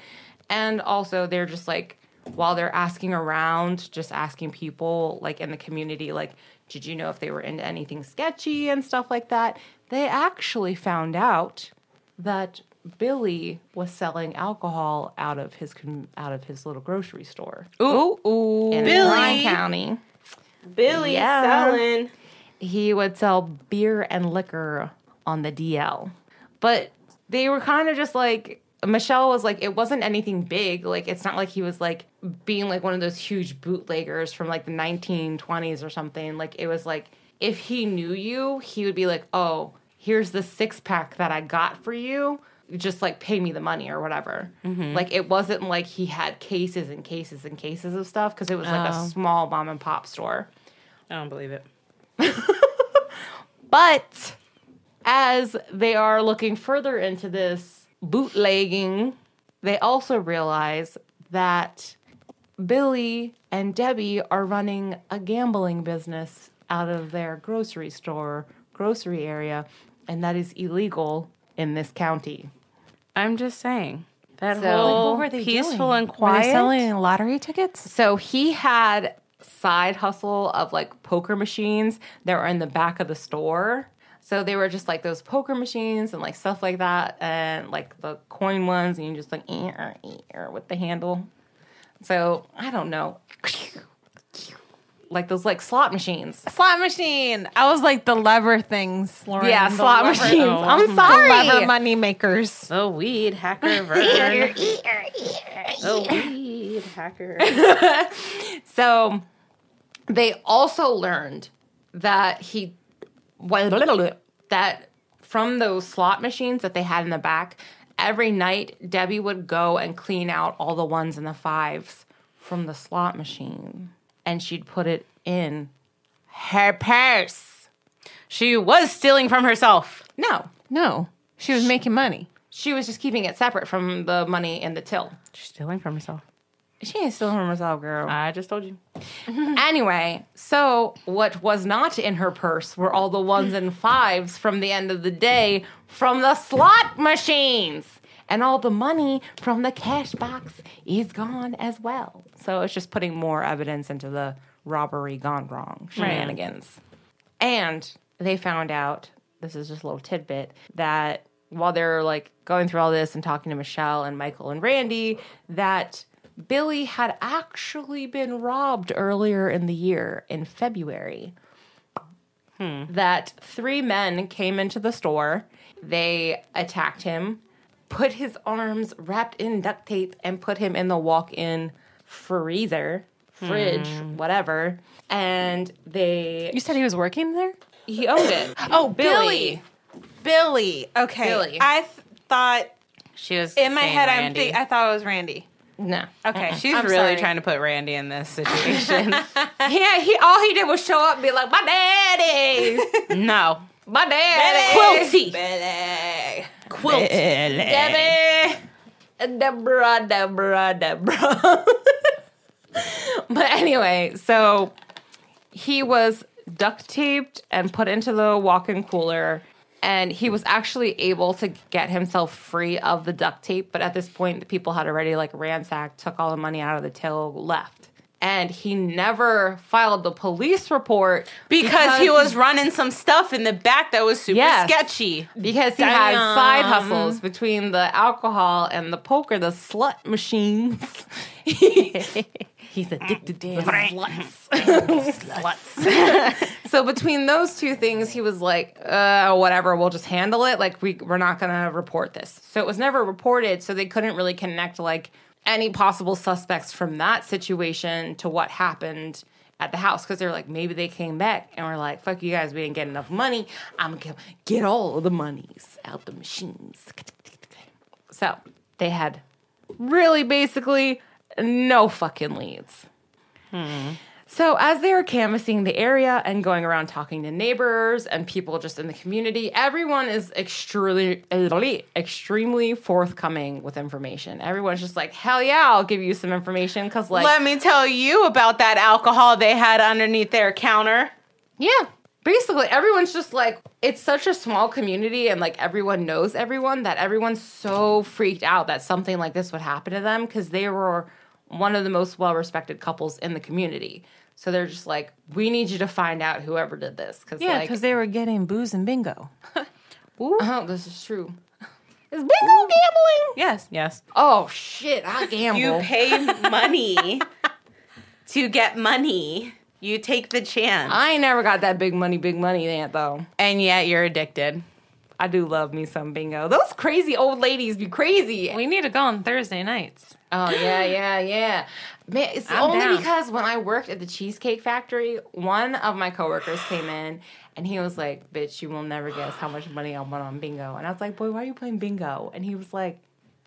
C: And also, they're just like, while they're asking around, just asking people like in the community, like, did you know if they were into anything sketchy and stuff like that? They actually found out that Billy was selling alcohol out of his com- out of his little grocery store. Ooh, ooh, in Bryan County.
I: Billy selling.
C: He would sell beer and liquor on the DL. But they were kind of just like Michelle was like it wasn't anything big. Like it's not like he was like being like one of those huge bootleggers from like the 1920s or something. Like it was like if he knew you, he would be like, "Oh, here's the six pack that I got for you. Just like pay me the money or whatever. Like it wasn't like he had cases and cases and cases of stuff because it was like a small mom and pop store.
B: I don't believe it.
C: But as they are looking further into this bootlegging, they also realize that Billy and Debbie are running a gambling business out of their grocery store, grocery area, and that is illegal in this county.
B: I'm just saying. That
C: So-
B: whole
C: What
F: were they
B: peaceful
F: doing?
B: and quiet.
F: lottery tickets?
C: So he had side hustle of like poker machines that were in the back of the store. So they were just like those poker machines and like stuff like that, and like the coin ones, and you just like eh, eh, eh, eh, with the handle. So I don't know, like those like slot machines.
F: Slot machine. I was like the lever things, Lauren.
C: Yeah,
F: The
C: slot
F: lever-
C: machines. I'm
F: The lever
C: sorry.
F: money makers.
B: The weed hacker Vern. the weed hacker.
C: So they also learned that he that from those slot machines that they had in the back, every night Debbie would go and clean out all the ones and the fives from the slot machine and she'd put it in her purse.
B: She was stealing from herself.
C: No,
F: No, she was making money.
C: she was just keeping it separate from the money in the till.
B: She's stealing from herself.
C: She ain't stealing from herself, girl.
B: I just told you.
C: Anyway, so what was not in her purse were all the ones and fives from the end of the day from the slot machines. And all the money from the cash box is gone as well. So it's just putting more evidence into the robbery gone wrong shenanigans. And they found out this is just a little tidbit that while they're like going through all this and talking to Michelle and Michael and Randy, that Billy had actually been robbed earlier in the year in February. That three men came into the store, they attacked him, put his arms wrapped in duct tape, and put him in the walk in freezer, fridge, whatever. And they
F: You said he was working there.
C: he owned it.
F: Oh,
C: Billy.
F: Billy. Okay.
C: Billy.
F: I th- thought
B: She was
F: in my
B: saying
F: head. I'm.
B: Randy.
F: Th- I thought it was Randy.
C: No.
F: Okay.
B: She's
F: I'm
B: really
F: sorry.
B: trying to put Randy in this situation.
C: Yeah, he all he did was show up and be like, My daddy.
B: no.
C: My daddy. Quilty.
B: Quilt.
C: Debbie. Deborah, Deborah, Deborah. but anyway, so he was duct taped and put into the walk in cooler. and he was actually able to get himself free of the duct tape. But at this point, the people had already like ransacked, took all the money out of the till, left. And he never filed the police report
B: because, he was running some stuff in the back that was super
C: Yes.
B: sketchy.
C: because he had side hustles between the alcohol and the poker, the slut machines. He's addicted to sluts. sluts. so between those two things, he was like, uh, whatever, we'll just handle it. Like we we're not gonna report this. So it was never reported, so they couldn't really connect like any possible suspects from that situation to what happened at the house because they're like maybe they came back and were like fuck you guys we didn't get enough money i'm gonna get- get all the monies out the machines so they had really basically no fucking leads so as they were canvassing the area and going around talking to neighbors and people just in the community, everyone is extremely extremely forthcoming with information. Everyone's just like, "Hell yeah, I'll give you some information cuz like
B: Let me tell you about that alcohol they had underneath their counter.
C: Yeah. Basically, everyone's just like, it's such a small community, and like everyone knows everyone that everyone's so freaked out that something like this would happen to them because they were one of the most well respected couples in the community. So they're just like, we need you to find out whoever did this. Because,
F: Yeah,
C: like,
F: because they were getting booze and bingo.
C: oh, this is true. Is bingo gambling?
F: Yes, yes.
C: Oh, shit, I gamble.
B: You pay money to get money. You take the chance.
C: I ain't never got that big money, big money aunt, though.
B: and yet you're addicted.
C: I do love me some bingo. Those crazy old ladies be crazy.
F: We need to go on Thursday nights.
C: Oh yeah, yeah, yeah. Man, it's
F: I'm
C: only
F: down.
C: because when I worked at the Cheesecake Factory, one of my coworkers came in and he was like, "Bitch, you will never guess how much money I won on bingo." And I was like, "Boy, why are you playing bingo?" And he was like,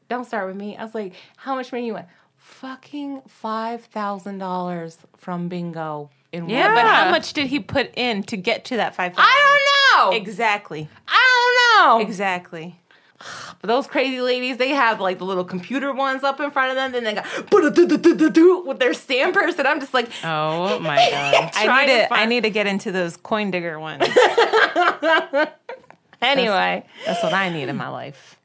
C: "Don't start with me." I was like, "How much money you won?" Fucking five thousand dollars from bingo in
F: Yeah,
C: one.
F: but how much did he put in to get to that five thousand?
C: I don't know.
F: Exactly.
C: I don't know.
F: Exactly.
C: But those crazy ladies, they have like the little computer ones up in front of them, then they got with their stampers, and I'm just like,
B: Oh my god.
F: I need to, I need to get into those coin digger ones.
C: anyway.
F: That's what I need in my life.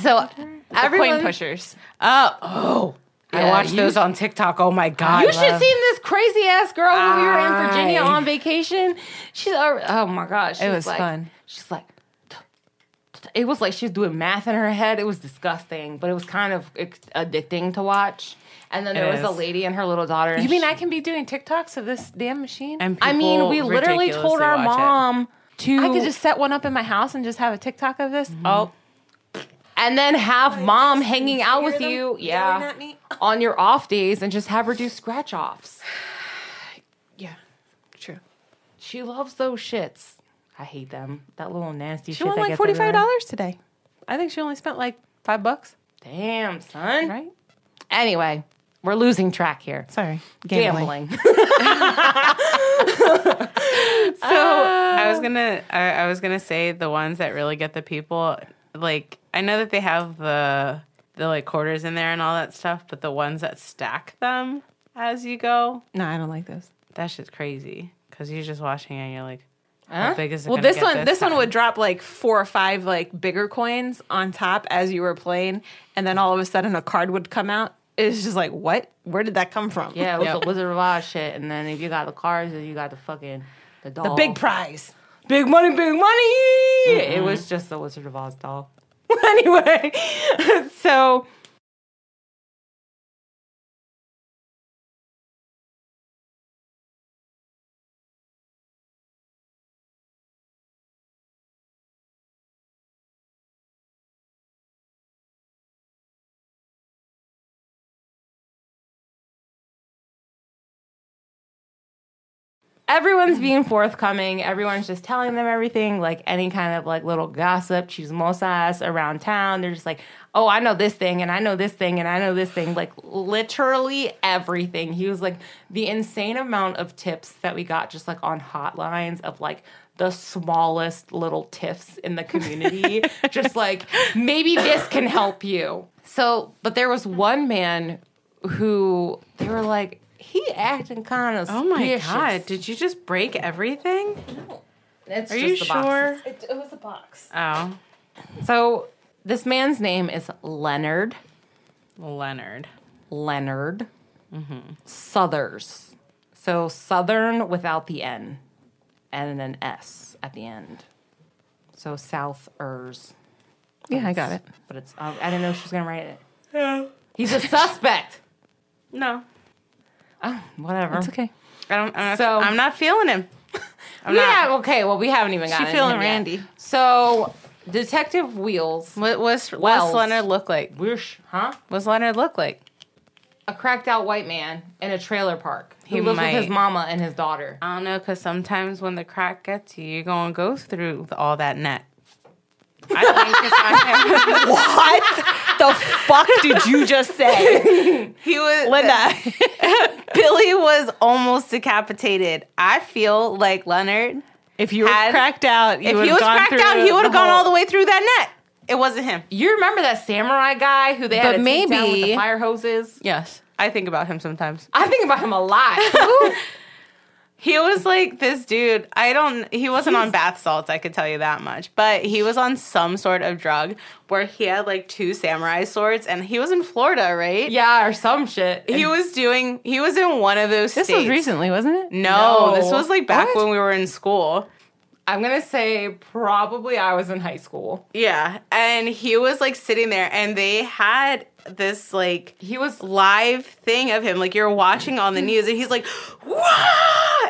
C: So everyone,
F: coin pushers.
B: Oh, oh. I watched those on TikTok. Oh my god.
C: you should have seen this crazy ass girl when we were in Virginia on vacation. She's oh oh my gosh,
F: was
C: like,
F: fun.
C: She's like, it was like she was doing math in her head. It was disgusting, but it was kind of ex- addicting to watch. And then there
B: It
C: was a
B: is.
C: lady and her little daughter. and
F: You mean
C: she-
F: I can be doing TikToks of this damn machine?
B: And
C: I mean, we
B: people
C: literally told our
B: ridiculously watch it.
C: mom to
F: I could just set one up in my house and just have a TikTok of this.
B: Mm-hmm.
F: Oh,
C: and then have mom hanging out with you,
F: yelling
C: yeah,
F: at me?
C: on your off days, and just have her do scratch offs.
F: yeah, true.
C: She loves those shits. I hate them. That little nasty
F: She
C: shit.
F: won
C: that
F: like
C: gets
F: forty five
C: everywhere.
F: dollars today. I think she only spent like five bucks.
C: Damn, son.
F: Right?
C: Anyway, we're losing track here.
F: Sorry,
C: Gambling.
B: I
F: uh,
B: was gonna I, I was gonna say the ones that really get the people like I know that they have the the like quarters in there and all that stuff, but the ones that stack them as you go,
F: No, I don't like those.
B: that shit's crazy. Cause you're just watching it and you're like, how big is it
F: Well,
B: gonna
F: this
B: get
F: one, this, one
B: time?
F: would drop like four or five like bigger coins on top as you were playing, and then all of a sudden a card would come out. It's just like, what? Where did that come from?
C: yeah, it was the Wizard of Oz shit. And then if you got the cars, then you got the fucking the doll.
F: the big prize.
C: big money, big money. It
F: Mm-hmm.
C: was just the Wizard of Oz doll. anyway, so everyone's being forthcoming. Everyone's just telling them everything, like any kind of like little gossip, chismosas around town. They're just like, oh, I know this thing, and I know this thing, and I know this thing. Like literally everything. He was like the insane amount of tips that we got just like on hotlines of like the smallest little tiffs in the community. just like maybe this can help you. So, but there was one man who they were like. He acting kind of
B: Oh my god! Did you just break everything?
C: It's
B: Are
C: just
B: you
C: the
B: sure?
C: boxes.
H: It, it was a box.
B: Oh,
C: So this man's name is Leonard
B: Leonard.
C: Leonard Southers. So Southern without the N and an S at the end. So Southers.
F: Yeah, I got it.
C: But it's uh, I I didn't know she was gonna write it. He's a suspect.
B: No,
C: Whatever.
F: It's okay.
B: I don't. I'm not,
C: So-
B: I'm not feeling him. I'm
C: yeah. Okay. Well, we haven't even got.
B: She feeling
C: Randy. So Detective Wheels.
B: not. What what's, what's
C: Wells.
B: Leonard look like?
C: We're sh- huh?
B: What's Leonard look like?
C: A cracked out white man in a trailer park. He
B: He
C: lives with
B: might.
C: his mama and his daughter.
B: I don't know, because sometimes when the crack gets you, you're going to go through th- all that net. I think it's on him.
H: What the fuck did you just say,
B: He was,
H: Linda?
B: Billy was almost decapitated. I feel like Leonard,
F: If you were
B: Had-
F: cracked out, you
B: if
F: would've
B: he was
F: gone
B: cracked
F: through
B: out, he would have gone
F: whole-
B: all the way through that net. It wasn't him.
C: You remember that samurai guy who they had to
F: But
C: take down with the
F: maybe-
C: fire hoses?
B: Yes. I think about him sometimes.
C: I think about him a lot.
B: He was like this dude. I don't. He wasn't on bath salts. I could tell you that much. But he was on some sort of drug where he had like two samurai swords, and he was in Florida, right?
C: yeah, or some shit.
B: He
C: And
B: was doing. He was in one of those.
F: This
B: states.
F: was recently, wasn't it?
B: No,
C: No.
B: this was like back
C: What?
B: when we were in school.
C: I'm gonna say probably I was in high school.
B: Yeah, and he was like sitting there, and they had this like
C: He was
B: live thing of him, like you're watching on the news, and he's like, Wah!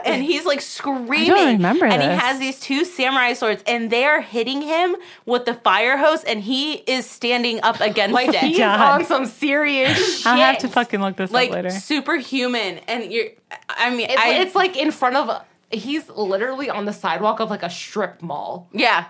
B: and he's like screaming.
F: remember
B: And he
F: this.
B: has these two samurai swords, and they are hitting him with the fire hose, and he is standing up against
C: like
B: it,
C: he is
F: God.
C: on some serious shit.
F: I'll have to fucking look this
B: like
F: up later.
B: superhuman. And you're, I mean,
C: It's,
B: I,
C: it's like in front of. a- He's literally on the sidewalk of like a strip mall.
B: yeah,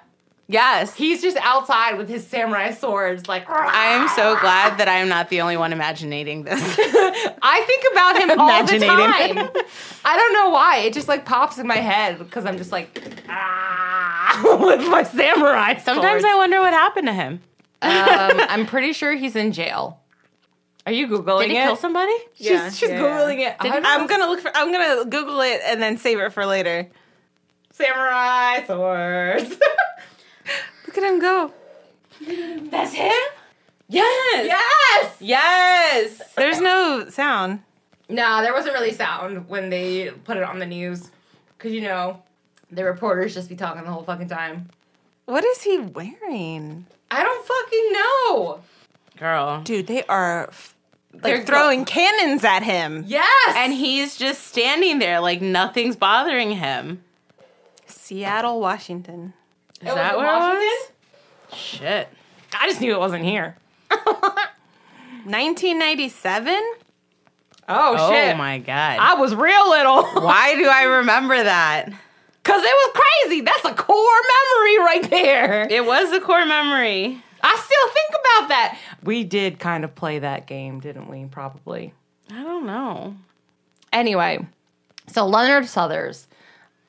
B: yes.
C: He's just outside with his samurai swords, like.
B: I am so glad that I am not the only one imaginating this.
C: I think about him all the
F: Imaginating.
C: time. I don't know why. It just like pops in my head because I'm just like ah with my samurai.
B: Sometimes I wonder what happened to him.
C: I. Um, I'm pretty sure he's in jail. Are you googling
B: Did he
C: it?
B: kill somebody?
C: she's she's googling it. I don't
H: I'm gonna look for. I'm gonna Google it and then save it for later.
C: samurai swords.
H: Look at him go.
C: That's him.
H: Yes.
C: Yes.
H: Yes. There's no sound.
C: Nah, there wasn't really sound when they put it on the news because you know the reporters just be talking the whole fucking time.
H: What is he wearing?
C: I don't fucking know.
B: Girl.
H: Dude, they are f- like throwing cannons at him.
C: Yes.
B: And he's just standing there like nothing's bothering him.
H: Seattle, Washington.
C: It was
B: that
C: in
B: where it was?
C: Washington?
B: Shit.
C: I just knew it wasn't here.
H: 1997?
C: Oh,
B: Oh
C: shit.
B: my god.
C: I was real little.
B: Why do I remember that?
C: Because it was crazy. That's a core memory right there.
B: It was a core memory.
C: I still think about that. We did kind of play that game, didn't we? Probably.
B: I don't know.
C: Anyway, so Leonard Southers,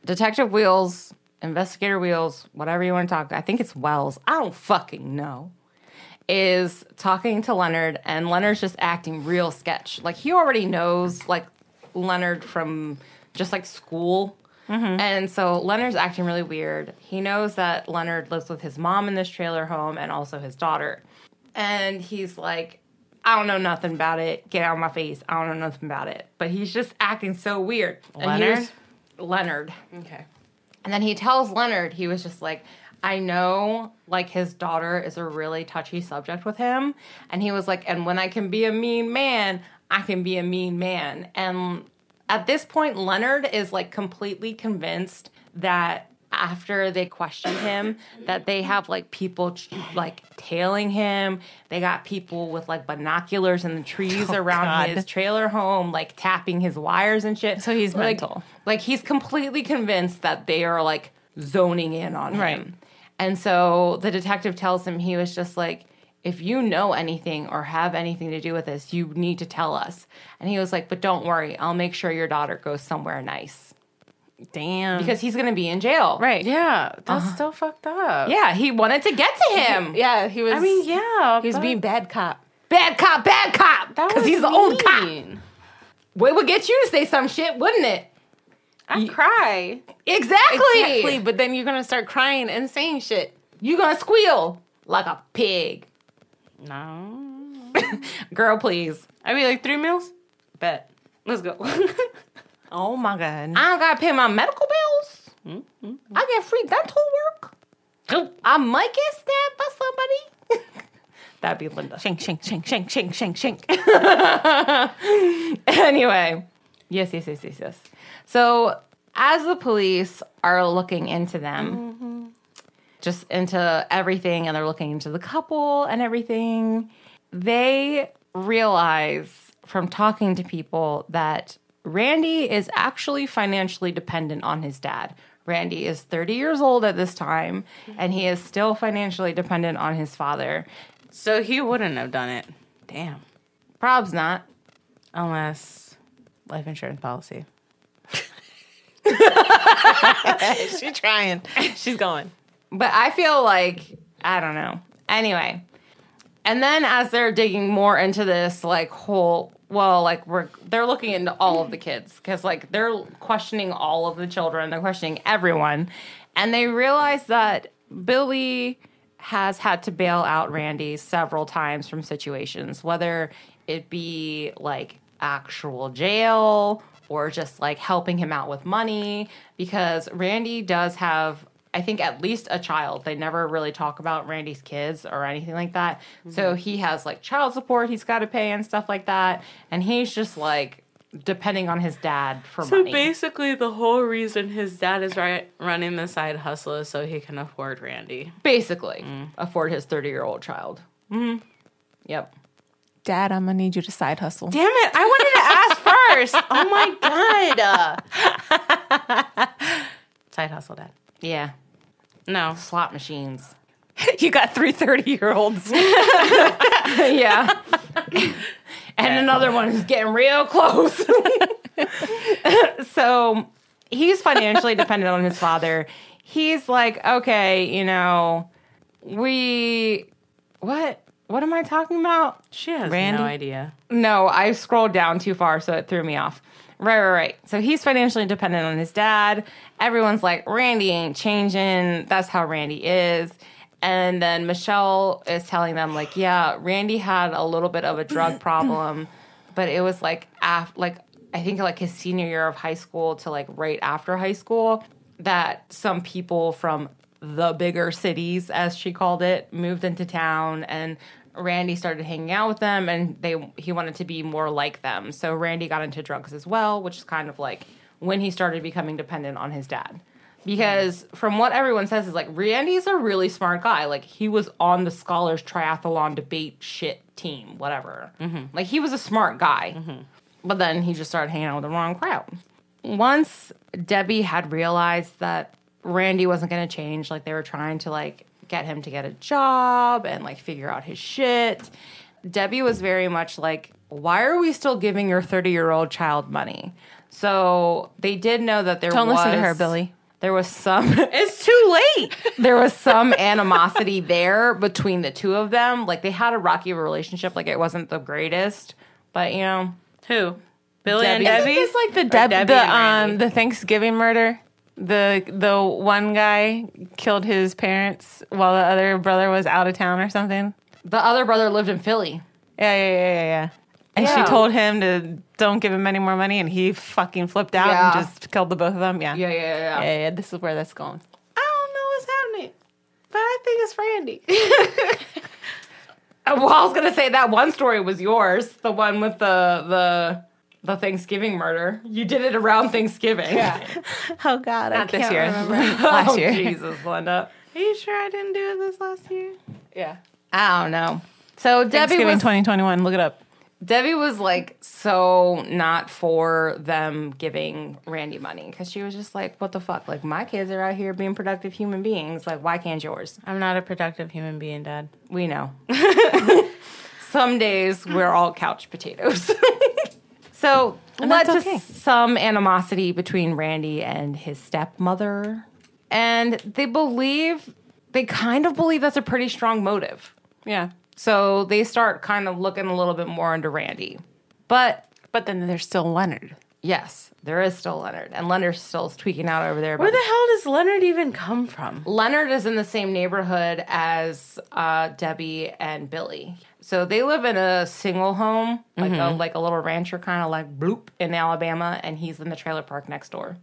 C: Detective Wheels, Investigator Wheels, whatever you want to talk. I think it's Wells. I don't fucking know. Is talking to Leonard, and Leonard's just acting real sketch. Like he already knows like Leonard from just like school. And so Leonard's acting really weird. He knows that Leonard lives with his mom in this trailer home and also his daughter. And he's like, I don't know nothing about it. Get out of my face. I don't know nothing about it. But he's just acting so weird. And he
B: Leonard?
C: was- Leonard.
B: Okay.
C: And then he tells Leonard, he was just like, I know like his daughter is a really touchy subject with him. And he was like, and when I can be a mean man, I can be a mean man. And at this point, Leonard is like completely convinced that after they question him that they have like people ch- like tailing him they got people with like binoculars in the trees around
F: Oh, God.
C: his trailer home like tapping his wires and shit
F: So he's
C: like,
F: mental.
C: Like he's completely convinced that they are like zoning in on him. And so the detective tells him he was just like, if you know anything or have anything to do with this, you need to tell us. And he was like, but don't worry, I'll make sure your daughter goes somewhere nice
H: Damn.
C: because he's going to be in jail.
F: Right.
B: Yeah, that's so fucked up.
C: Yeah, he wanted to get to him.
H: yeah, he was.
B: I mean, yeah.
H: he was
B: but
H: being bad cop.
C: Bad cop, bad cop.
B: that
C: Because
B: was
C: he's the old cop.
B: mean.
C: It would get you to say some shit, wouldn't it?
I: I cry.
C: Exactly.
F: Exactly, but then you're gonna start crying and saying shit.
C: You're going to squeal like a pig.
B: No.
C: Girl, please.
B: I'd be like, three meals? Bet. Let's go.
F: Oh my god. Mm-hmm.
C: I don't got to pay my medical bills. I get free dental work. I might get stabbed by somebody. That'd be Linda.
F: Shink, shink, shink, shink, shink, shink, shink.
C: anyway, yes, yes, yes, yes, yes. So as the police are looking into them,
B: Mm-hmm.
C: just into everything, and they're looking into the couple and everything, they realize from talking to people that Randy is actually financially dependent on his dad. Randy is 30 years old at this time, and he is still financially dependent on his father.
B: so he wouldn't have done it. Damn.
C: Prob's not.
B: Unless life insurance policy.
F: She's trying. She's going.
C: But I feel like I don't know. Anyway, and then as they're digging more into this like whole well, like we're they're looking into all of the kids because like they're questioning all of the children, they're questioning everyone, and they realize that Billy has had to bail out Randy several times from situations, whether it be like actual jail or just like helping him out with money because Randy does have I think at least a child. They never really talk about Randy's kids or anything like that. So he has like child support he's got to pay and stuff like that and he's just like depending on his dad for
B: So
C: money.
B: basically, the whole reason his dad is right, running the side hustle is so he can afford Randy.
C: basically afford his 30-year-old child. Mhm. Yep.
F: Dad, I'm gonna need you to side hustle.
B: Damn it! I wanted to ask first. Oh my god! side hustle, dad.
C: Yeah.
B: No,
C: Slot machines.
F: you got three 30 year olds.
C: yeah. and another one who's getting real close. so he's financially dependent on his father. He's like, okay, you know, we what what am I talking about?
B: she has
F: Randy?
B: no idea.
C: No, I scrolled down too far, so it threw me off. Right, right, right. So he's financially dependent on his dad. Everyone's like, Randy ain't changing. That's how Randy is. And then Michelle is telling them, like, yeah, Randy had a little bit of a drug problem, but it was like after, like I think like his senior year of high school to like right after high school that some people from the bigger cities, as she called it, moved into town and Randy started hanging out with them and they he wanted to be more like them. So Randy got into drugs as well, which is kind of like when he started becoming dependent on his dad. Because from what everyone says is like Randy's a really smart guy. Like he was on the scholars triathlon debate shit team, whatever.
F: Mm-hmm.
C: Like he was a smart guy. But then he just started hanging out with the wrong crowd. Once Debbie had realized that Randy wasn't going to change, like they were trying to like get him to get a job and like figure out his shit. Debbie was very much like, "Why are we still giving your 30-year-old child money?" So, they did know that there
F: Don't
C: was
F: listen to her, Billy.
C: There was some
B: It's too late.
C: there was some animosity there between the two of them. Like they had a rocky relationship. Like it wasn't the greatest, but you know,
B: Who? Billy and
C: Debbie.
B: Debbie.
F: It's like the Deb,
B: Debbie
F: the
B: and Randy.
F: um the Thanksgiving murder. The the one guy killed his parents while the other brother was out of town or something.
C: the other brother lived in Philly.
F: Yeah, yeah, yeah, yeah, yeah. And
C: Yeah.
F: she told him to don't give him any more money, and he fucking flipped out
C: Yeah.
F: and just killed the both of them. Yeah.
C: Yeah, yeah, yeah.
F: yeah, yeah. This is where that's going.
H: I don't know what's happening, but I think it's Randy.
C: Uh, Well, I was gonna say that one story was yours, the one with the the the Thanksgiving murder. You did it around Thanksgiving. Yeah.
H: Oh God, I
F: This year,
C: Last
F: year.
C: Oh, Jesus, Linda.
H: Are you sure I didn't do this last year?
C: I don't know. So Debbie
F: Thanksgiving
C: was
F: 2021. Look it up.
C: Debbie was like so not for them giving Randy money because she was just like, what the fuck? Like, my kids are out here being productive human beings. Like, why can't yours?
B: I'm not a productive human being, Dad.
C: We know. some days we're all couch potatoes. so led
F: that's
C: to
F: okay.
C: some animosity between Randy and his stepmother. And they believe, they kind of believe that's a pretty strong motive.
F: Yeah.
C: So they start kind of looking a little bit more into Randy. But
F: But then there's still Leonard.
C: Yes, there is still Leonard, and Leonard still is tweaking out over there.
B: Where
C: but
B: the hell does Leonard even come from?
C: Leonard is in the same neighborhood as uh, Debbie and Billy. So they live in a single home, like
B: Mm-hmm.
C: a like a little rancher kind of like bloop in Alabama, and he's in the trailer park next door.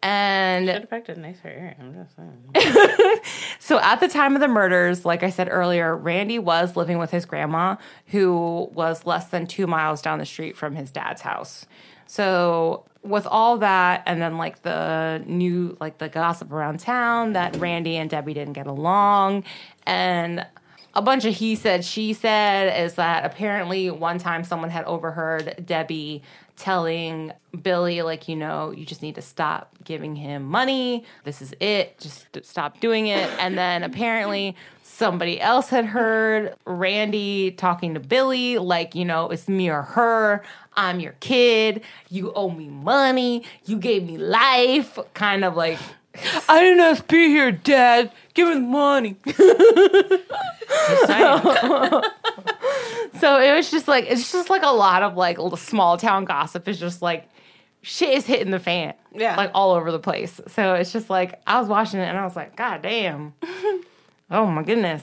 C: And
B: affected nicer area. I'm just saying.
C: so at the time of the murders, like I said earlier, Randy was living with his grandma, who was less than two miles down the street from his dad's house. So with all that, and then like the new like the gossip around town that Randy and Debbie didn't get along, and a bunch of he said she said is that apparently one time someone had overheard Debbie telling Billy like you know you just need to stop giving him money this is it just st- stop doing it and then apparently somebody else had heard Randy talking to Billy like you know it's me or her I'm your kid you owe me money you gave me life kind of like I didn't ask to be here dad give me the money So it was just like it's just like a lot of like l- small town gossip is just like shit is hitting the fan.
F: Yeah.
C: Like all over the place. So it's just like I was watching it and I was like, God damn. oh my goodness.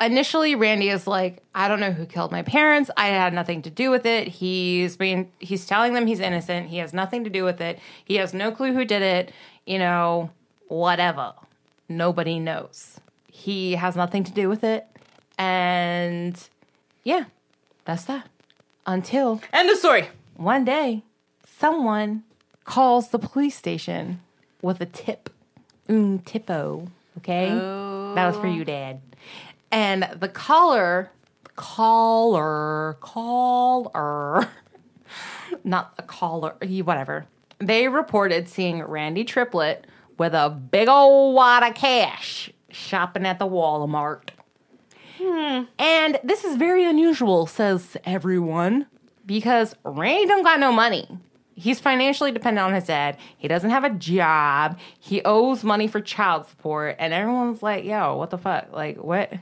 C: Initially, Randy is like, I don't know who killed my parents. I had nothing to do with it. He's being he's telling them he's innocent. He has nothing to do with it. He has no clue who did it. You know, whatever. Nobody knows. He has nothing to do with it. And yeah, that's that. Until
F: End of story.
C: one day, someone calls the police station with a tip. Un tipo. Okay? That was for you, Dad. And the caller, caller, caller, not a caller, you- whatever. They reported seeing Randy Triplett with a big old wad of cash shopping at the Walmart. And this is very unusual, says everyone, because Randy don't got no money. He's financially dependent on his dad. He doesn't have a job. He owes money for child support. And everyone's like, yo, what the fuck? Like, what?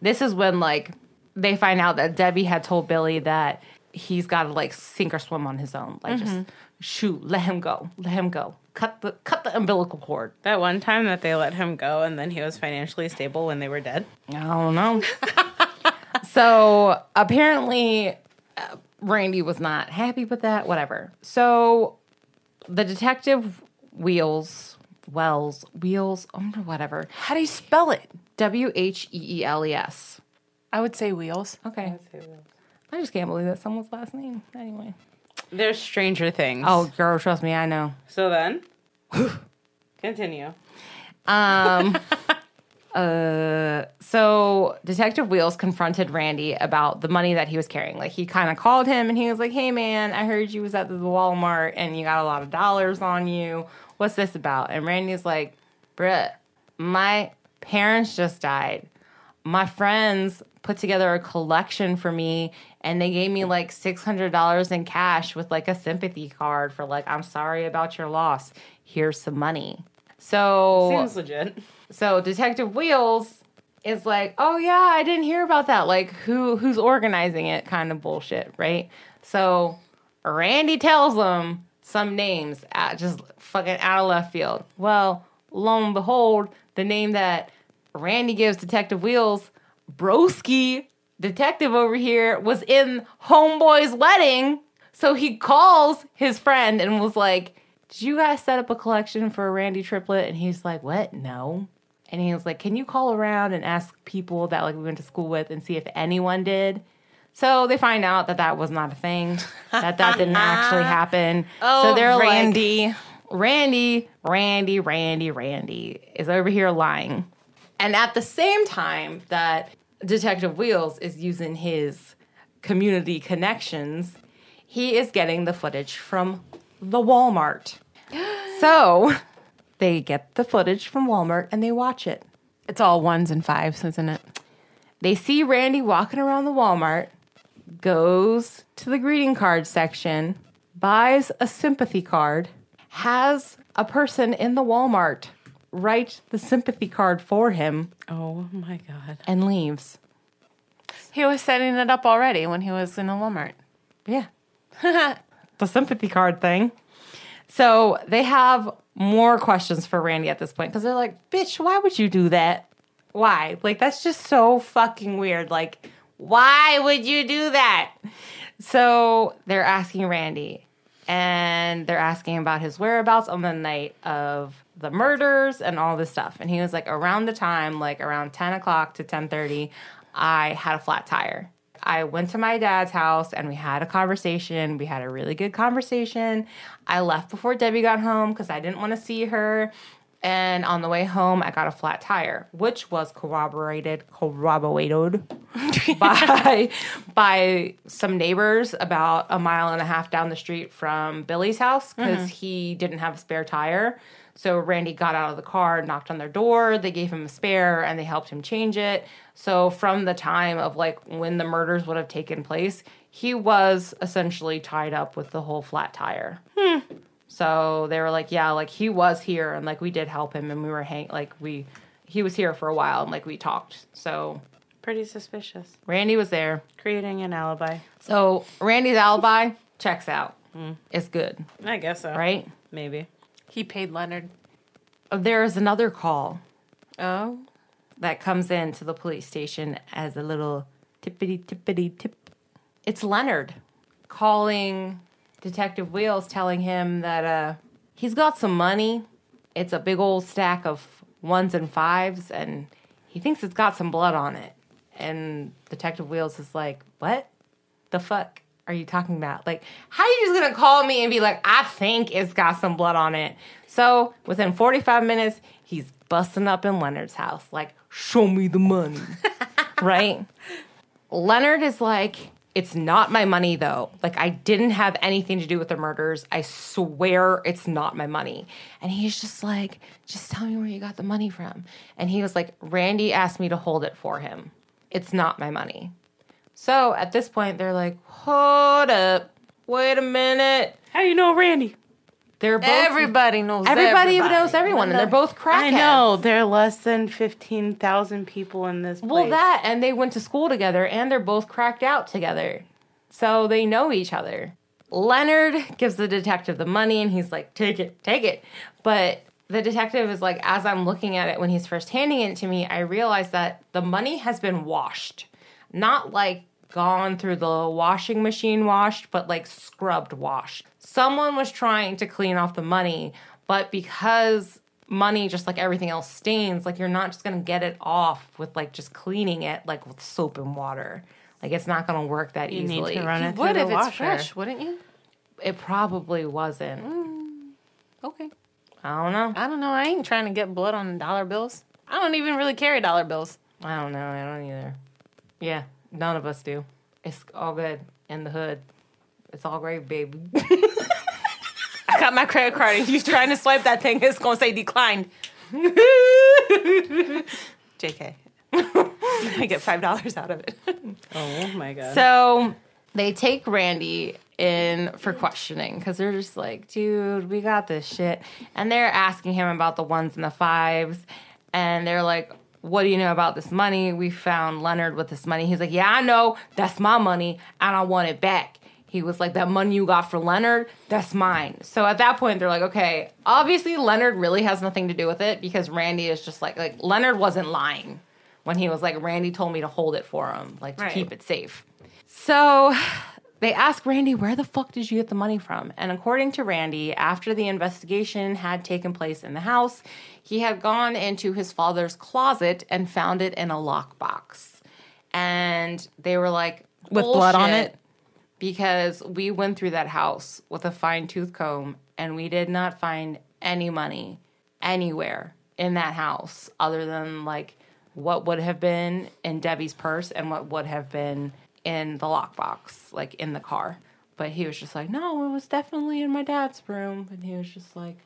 C: This is when, like, they find out that Debbie had told Billy that he's got to, like, sink or swim on his own. Like, just shoot, let him go. Let him go. Cut the, cut the umbilical cord.
B: That one time that they let him go and then he was financially stable when they were dead.
C: I don't know. so apparently, uh, Randy was not happy with that. Whatever. So the detective wheels, Wells, wheels, um, whatever.
F: How do you spell it?
C: W H E E L E S.
F: I would say wheels.
C: Okay. I just can't believe that's someone's last name. Anyway.
B: There's Stranger Things.
C: Oh, girl, trust me, I know.
B: So then, continue.
C: so Detective Wheels confronted Randy about the money that he was carrying. Like he kind of called him and he was like, "Hey man, I heard you was at the Walmart and you got a lot of dollars on you. What's this about?" And Randy's like, "Bruh, my parents just died. My friends put together a collection for me and they gave me like $600 in cash with like a sympathy card for like I'm sorry about your loss. Here's some money." So
B: Seems legit.
C: so Detective Wheels is like, "Oh yeah, I didn't hear about that. Like who who's organizing it?" kind of bullshit, right? So Randy tells them some names at just fucking out of left field. Well, lo and behold, the name that Randy gives Detective Wheels, Broski, detective over here, was in Homeboy's wedding. So he calls his friend and was like, Did you guys set up a collection for Randy Triplet? And he's like, What? No. And he was like, Can you call around and ask people that like we went to school with and see if anyone did? So they find out that that was not a thing, that that didn't actually happen. Oh, so they're like,
F: Randy.
C: Randy, Randy, Randy, Randy is over here lying. And at the same time that Detective Wheels is using his community connections, he is getting the footage from the Walmart. so they get the footage from Walmart and they watch it.
F: It's all ones and fives, isn't it?
C: They see Randy walking around the Walmart, goes to the greeting card section, buys a sympathy card, has a person in the Walmart write the sympathy card for him,
B: Oh my god.
C: and leaves.
F: He was setting it up already when he was in a Walmart.
C: Yeah. the sympathy card thing. So they have more questions for Randy at this point because they're like, bitch, why would you do that? Why? Like, that's just so fucking weird. Like, why would you do that? So they're asking Randy and they're asking about his whereabouts on the night of the murders and all this stuff. And he was like, around the time, like around 10 o'clock to 10.30, I had a flat tire. I went to my dad's house and we had a conversation. We had a really good conversation. I left before Debbie got home because I didn't want to see her. And on the way home, I got a flat tire, which was corroborated, corroborated by by some neighbors about a mile and a half down the street from Billy's house because he didn't have a spare tire. So Randy got out of the car, knocked on their door, they gave him a spare and they helped him change it. So from the time of like when the murders would have taken place, he was essentially tied up with the whole flat tire. So they were like, yeah, like he was here and like we did help him and we were hang like we he was here for a while and like we talked. So
B: Pretty suspicious.
C: Randy was there.
B: Creating an alibi.
C: So Randy's alibi checks out. It's good,
B: I guess so.
C: right?
B: Maybe.
F: He paid Leonard.
C: There is another call
F: Oh.
C: that comes in to the police station as a little tippity tippity tip. It's Leonard calling Detective Wheels, telling him that uh, he's got some money. It's a big old stack of ones and fives, and he thinks it's got some blood on it. And Detective Wheels is like, What the fuck are you talking about? Like, how you just gonna call me and be like, I think it's got some blood on it? So within 45 minutes, he's busting up in Leonard's house, like, Show me the money, right? Leonard is like, it's not my money though. Like I didn't have anything to do with the murders. I swear it's not my money. And he's just like, just tell me where you got the money from. And he was like, Randy asked me to hold it for him. It's not my money. So at this point, they're like, hold up, wait a minute.
B: How you know Randy?
C: They're both
F: Everybody knows
C: everybody, knows everyone, and they're both crackheads.
B: I know. There are less than 15,000 people in this place.
C: Well, that and they went to school together and they're both cracked out together. So they know each other. Leonard gives the detective the money and he's like, take it, take it. But the detective is like, as I'm looking at it when he's first handing it to me, I realize that the money has been washed. Not like gone through the washing machine washed, but like scrubbed washed. Someone was trying to clean off the money, but because money just like everything else stains like you're not just gonna get it off with like just cleaning it like with soap and water like it's not gonna work that
B: you need
C: easily
B: to run it
F: Would
B: through
F: if
B: the
F: it's
B: washer.
F: fresh, wouldn't you?
C: it probably wasn't
F: Okay.
C: i don't know
F: I don't know. I ain't trying to get blood on dollar bills. I don't even really carry dollar bills.
C: i don't know i don't either yeah none of us do it's all good in the hood it's all great baby
F: I got my credit card and you trying to swipe that thing, it's gonna say declined.
B: JK.
F: I get five dollars out of it.
B: Oh my god.
C: So they take Randy in for questioning because they're just like, dude, we got this shit. And they're asking him about the ones and the fives. And they're like, what do you know about this money? We found Leonard with this money. He's like, yeah, I know. That's my money and I want it back. He was like, that money you got for Leonard, that's mine. So at that point, they're like, okay, obviously Leonard really has nothing to do with it because Randy is just like, like Leonard wasn't lying when he was like, Randy told me to hold it for him, like to keep it safe. So they ask Randy, where the fuck did you get the money from? And according to Randy, after the investigation had taken place in the house, he had gone into his father's closet and found it in a lockbox. And they were like,
F: With blood on
C: "Bullshit,"
F: it?
C: Because we went through that house with a fine tooth comb and we did not find any money anywhere in that house other than like what would have been in Debbie's purse and what would have been in the lockbox, like in the car. But he was just like, no, it was definitely in my dad's room. And he was just like,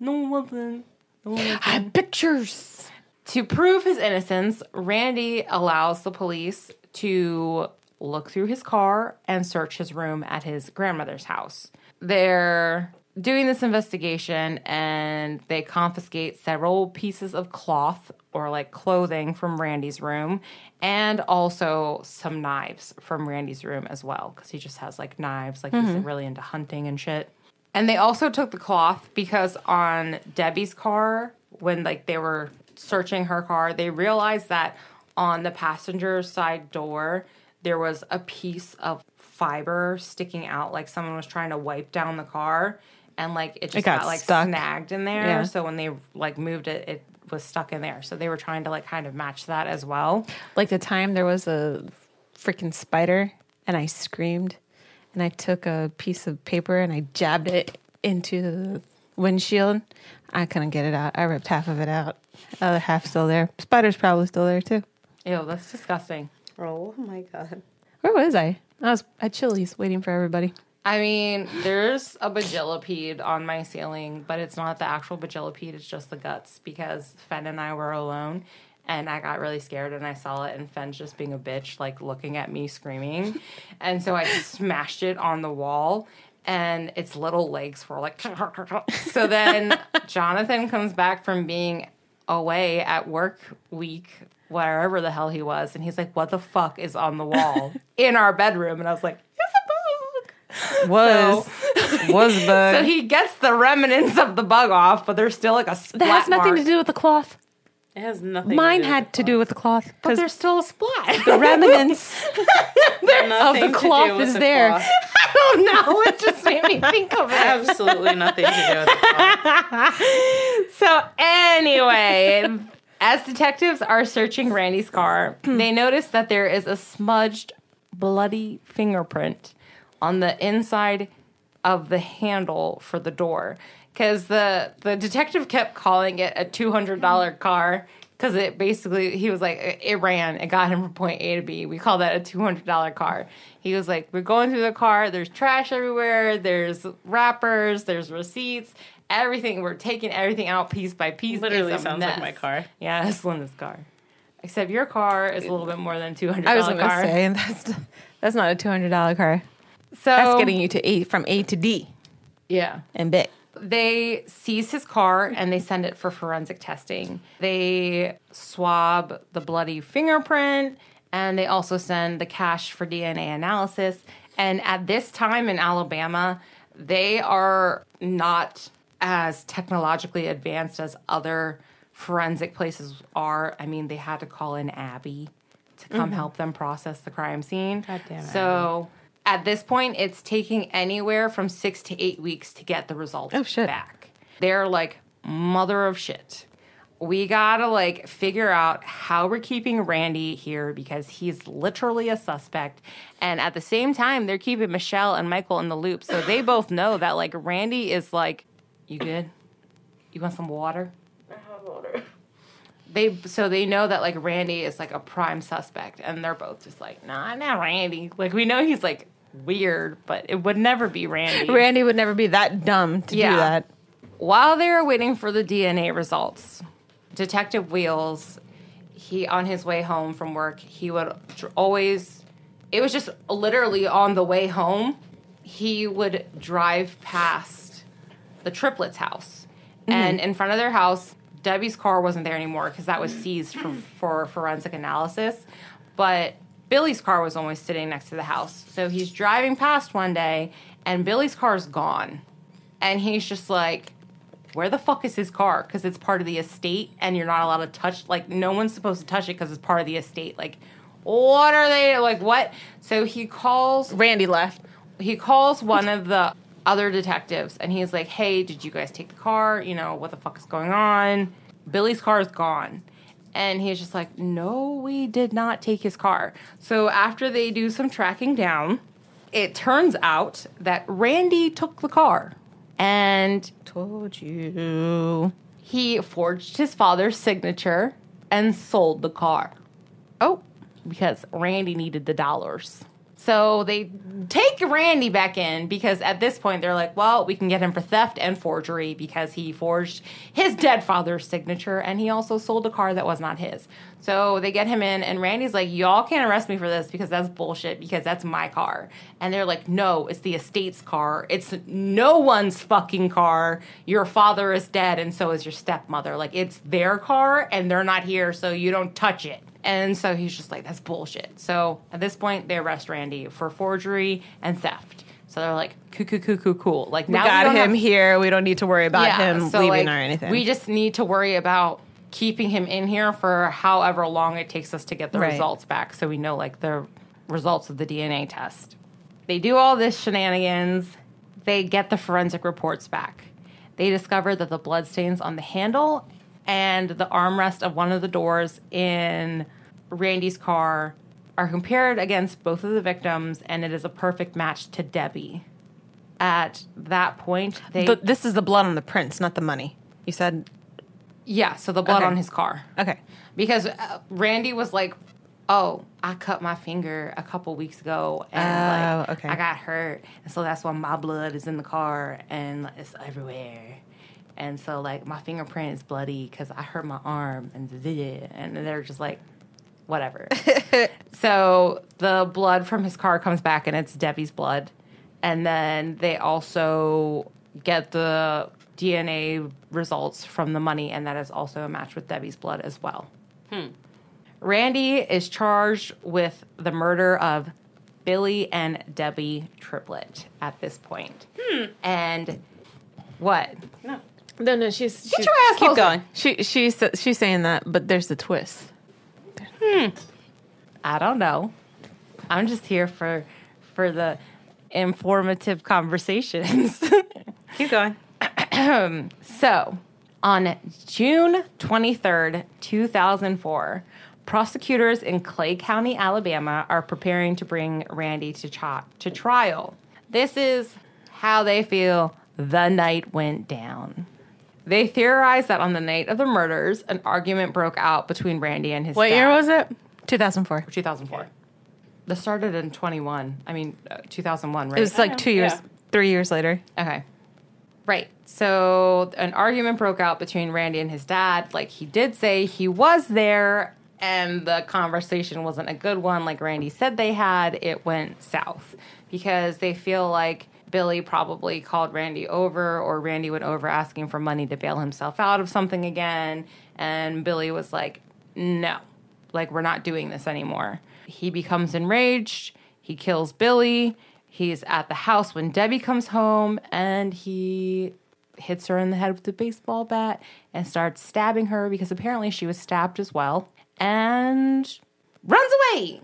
C: no, it wasn't. No, it wasn't.
F: Pictures.
C: To prove his innocence, Randy allows the police to look through his car and search his room at his grandmother's house. They're doing this investigation and they confiscate several pieces of cloth or like clothing from Randy's room and also some knives from Randy's room as well because he just has like knives, like he's really into hunting and shit. And they also took the cloth because on Debbie's car, when like they were searching her car, they realized that on the passenger side door there was a piece of fiber sticking out, like someone was trying to wipe down the car, and like it just
F: got
C: got, like
F: stuck.
C: snagged in there.
F: Yeah.
C: So when they like moved it, it was stuck in there. So they were trying to like kind of match that as well.
F: Like the time there was a freaking spider and I screamed and I took a piece of paper and I jabbed it into the windshield. I couldn't get it out. I ripped half of it out. Other half still there. Spider's probably still there too.
C: Ew, that's disgusting.
I: Oh my god.
F: Where was I? I was at Chili's waiting for everybody.
C: I mean, there's a bajillipede on my ceiling, but it's not the actual bajillipede, it's just the guts because Fen and I were alone and I got really scared and I saw it and Fen's just being a bitch, like looking at me screaming. And so I smashed it on the wall and its little legs were like so then Jonathan comes back from being away at work week, wherever the hell he was, and he's like, What the fuck is on the wall in our bedroom? And I was like, It's a bug.
F: Was was
C: So
F: bug.
C: he gets the remnants of the bug off, but there's still like a splat
F: that has nothing
C: mark.
F: to do with the cloth.
I: It has nothing.
F: Mine
I: to do
F: had to do with the cloth
C: But
F: because
C: there's still a splat.
F: the remnants
I: with nothing
F: the
I: to do
F: cloth
I: with
F: is
I: the
F: there.
I: cloth.
C: I don't know. It just made me think of it.
I: Absolutely nothing to do with the cloth.
C: So anyway, as detectives are searching Randy's car, they notice that there is a smudged, bloody fingerprint on the inside of the handle for the door. Because the the detective kept calling it a two hundred dollar car. Because it basically, he was like, it- it ran. It got him from point A to B. We call that a $200 car. He was like, we're going through the car. There's trash everywhere. There's wrappers. There's receipts. Everything. We're taking everything out piece by piece.
I: Literally
C: It's a
I: sounds like
C: mess."
I: my car.
C: Yeah, it's Linda's car. Except your car is a little bit more than $200
F: I was gonna
C: car.
F: say that's that's not a two hundred dollar car. Oh.
C: so,
F: That's getting you to A from A to D
C: Yeah.
F: and B.
C: they seize his car and they send it for forensic testing. They swab the bloody fingerprint and they also send the cash for DNA analysis. And at this time in Alabama, they are not as technologically advanced as other forensic places are. I mean, they had to call in Abby to come help them process the crime scene. So at this point, it's taking anywhere from six to eight weeks to get the results
F: shit.
C: back. They're like, mother of shit. We gotta like figure out how we're keeping Randy here because he's literally a suspect. And at the same time, they're keeping Michelle and Michael in the loop. So they both know that like Randy is like, you good? You want some water? they so they know that like Randy is like a prime suspect, and they're both just like, nah, not Randy. Like we know he's like weird, but it would never be Randy.
F: Randy would never be that dumb to
C: Yeah.
F: do that.
C: While they are waiting for the DNA results, Detective Wheels, he on his way home from work, he would dr- always. It was just literally on the way home, he would drive past the triplets' house, and in front of their house, Debbie's car wasn't there anymore because that was seized for, for forensic analysis, but. Billy's car was always sitting next to the house. So he's driving past one day and Billy's car's gone and he's just like where the fuck is his car because it's part of the estate and you're not allowed to touch like no one's supposed to touch it because it's part of the estate like what are they like what so he calls
F: Randy left.
C: he calls one of the other detectives and he's like, Hey, did you guys take the car? You know, what the fuck is going on? Billy's car is gone. And he's just like, No, we did not take his car. So after they do some tracking down, it turns out that Randy took the car and
F: Told you.
C: he forged his father's signature and sold the car. Oh, because Randy needed the dollars. So they take Randy back in because at this point they're like, well, we can get him for theft and forgery because he forged his dead father's signature and he also sold a car that was not his. So they get him in and Randy's like, y'all can't arrest me for this because that's bullshit because that's my car. And they're like, no, it's the estate's car. It's no one's fucking car. Your father is dead and so is your stepmother. Like it's their car and they're not here so you don't touch it. And so he's just like, that's bullshit. So at this point, they arrest Randy for forgery and theft. So they're like, cool, cool, cool, cool, cool. Like now
F: we got
C: we don't
F: him
C: have-
F: here. We don't need to worry about
C: Yeah,
F: him
C: so, like,
F: leaving or anything.
C: We just need to worry about keeping him in here for however long it takes us to get the
F: Right.
C: results back, so we know like the results of the DNA test. They do all this shenanigans. They get the forensic reports back. They discover that the bloodstains on the handle and the armrest of one of the doors in Randy's car are compared against both of the victims, and it is a perfect match to Debbie. At that point, they
F: But this is the blood on the prints, not the money. You said
C: yeah, so the blood
F: Okay.
C: on his car.
F: okay.
C: Because uh, Randy was like, "Oh, I cut my finger a couple weeks ago and like
F: Oh, okay.
C: I got hurt, and so that's why my blood is in the car and it's everywhere." And so like my fingerprint is bloody cuz I hurt my arm and da-da-da. and they're just like whatever. so the blood from his car comes back and it's Debbie's blood. And then they also get the DNA results from the money, and that is also a match with Debbie's blood as well. Randy is charged with the murder of Billy and Debbie Triplett at this point. And what?
F: No, no, she's get
C: your ass
F: keep
C: closer.
F: going. She she's she's saying that, but there's the twist.
C: I don't know. I'm just here for for the informative conversations.
B: Keep going.
C: So, on June 23rd, 2004, prosecutors in Clay County, Alabama are preparing to bring Randy to, tri- to trial. This is how they feel the night went down. They theorize that on the night of the murders, an argument broke out between Randy and his
F: What
C: dad.
F: year was it? 2004.
C: 2004. This started in 21. I mean, uh, 2001, right?
F: It was like two years,
I: yeah.
F: three years later.
C: Okay. Right. So an argument broke out between Randy and his dad. Like he did say he was there and the conversation wasn't a good one like Randy said they had. It went south because they feel like Billy probably called Randy over or Randy went over asking for money to bail himself out of something again and Billy was like, "No. Like we're not doing this anymore." He becomes enraged. He kills Billy. He's at the house when Debbie comes home and he hits her in the head with a baseball bat and starts stabbing her because apparently she was stabbed as well and runs away.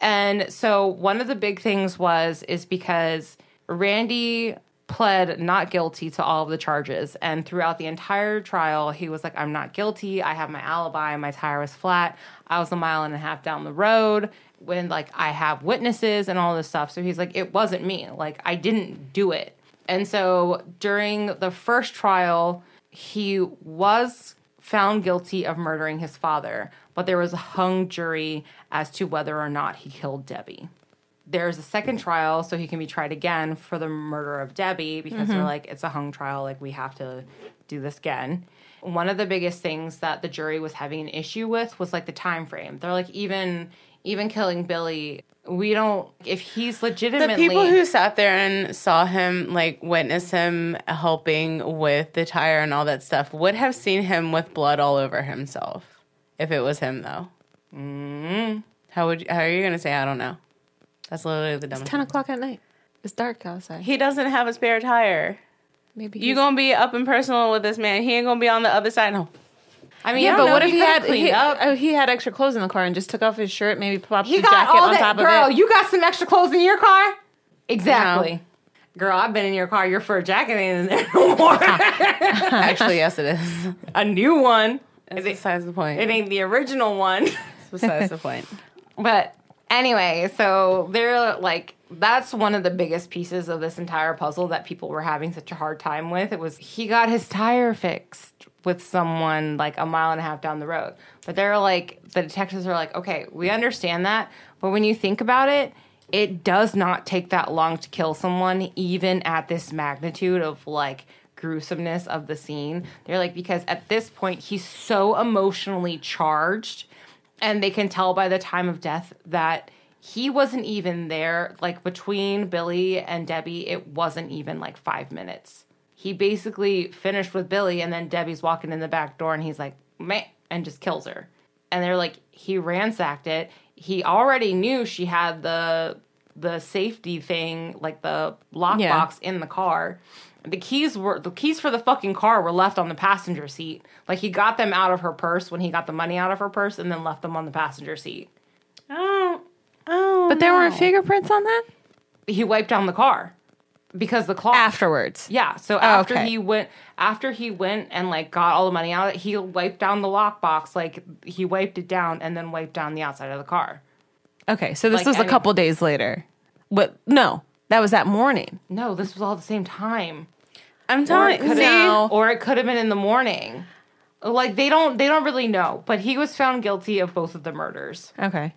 C: And so one of the big things was is because Randy pled not guilty to all of the charges and throughout the entire trial he was like I'm not guilty. I have my alibi, my tire was flat. I was a mile and a half down the road when like I have witnesses and all this stuff. So he's like it wasn't me. Like I didn't do it. And so during the first trial he was found guilty of murdering his father, but there was a hung jury as to whether or not he killed Debbie. There's a second trial, so he can be tried again for the murder of Debbie because
B: Mm-hmm.
C: they're like, it's a hung trial, like, we have to do this again. One of the biggest things that the jury was having an issue with was like the time frame. They're like, even even killing Billy, we don't if he's
B: The
C: legitimately
B: people who sat there and saw him, like witness him helping with the tire and all that stuff, would have seen him with blood all over himself if it was him, though. How would you, how are you gonna say I don't know? That's literally the dumbest.
F: Ten o'clock at night. It's dark outside.
B: He doesn't have a spare tire.
F: Maybe
B: You gonna be up and personal with this man? He ain't gonna be on the other side. No.
C: I mean,
F: Yeah,
C: I don't
F: but
C: know
F: what if he
C: could've
F: had
C: cleaned
F: he,
C: up.
F: oh, he had extra clothes in the car and just took off his shirt, maybe popped
C: He
F: his
C: got
F: jacket
C: all
F: on
C: that,
F: top
C: girl.
F: of it.
C: You got some extra clothes in your car? Exactly. Girl, I've been in your car. Your fur jacket ain't in there no more.
B: Actually, yes, it is.
C: a new one.
B: That's besides the point.
C: It ain't the original one.
B: It's besides the point.
C: But anyway, so they're like, that's one of the biggest pieces of this entire puzzle that people were having such a hard time with. It was he got his tire fixed with someone like a mile and a half down the road. But they're like, the detectives are like, okay, we understand that. But when you think about it, it does not take that long to kill someone, even at this magnitude of like gruesomeness of the scene. They're like, because at this point, he's so emotionally charged and they can tell by the time of death that he wasn't even there like between billy and debbie it wasn't even like five minutes he basically finished with billy and then debbie's walking in the back door and he's like meh and just kills her and they're like he ransacked it he already knew she had the the safety thing, like the lockbox
F: Yeah.
C: in the car. The keys were the keys for the fucking car were left on the passenger seat. Like he got them out of her purse when he got the money out of her purse and then left them on the passenger seat.
I: Oh, oh.
F: But there weren't fingerprints on that
C: He wiped down the car because the clock
F: afterwards.
C: Yeah. So after
F: okay.
C: he went, after he went and like got all the money out, he wiped down the lockbox. Like he wiped it down and then wiped down the outside of the car.
F: Okay, so this
C: Like,
F: was
C: I
F: a
C: mean-
F: couple days later. But no, that was that morning.
C: No, this was all at the same time.
I: I'm telling you.
C: Could
I: See?
C: have, or it could have been in the morning. Like they don't, they don't really know. But he was found guilty of both of the murders.
F: Okay.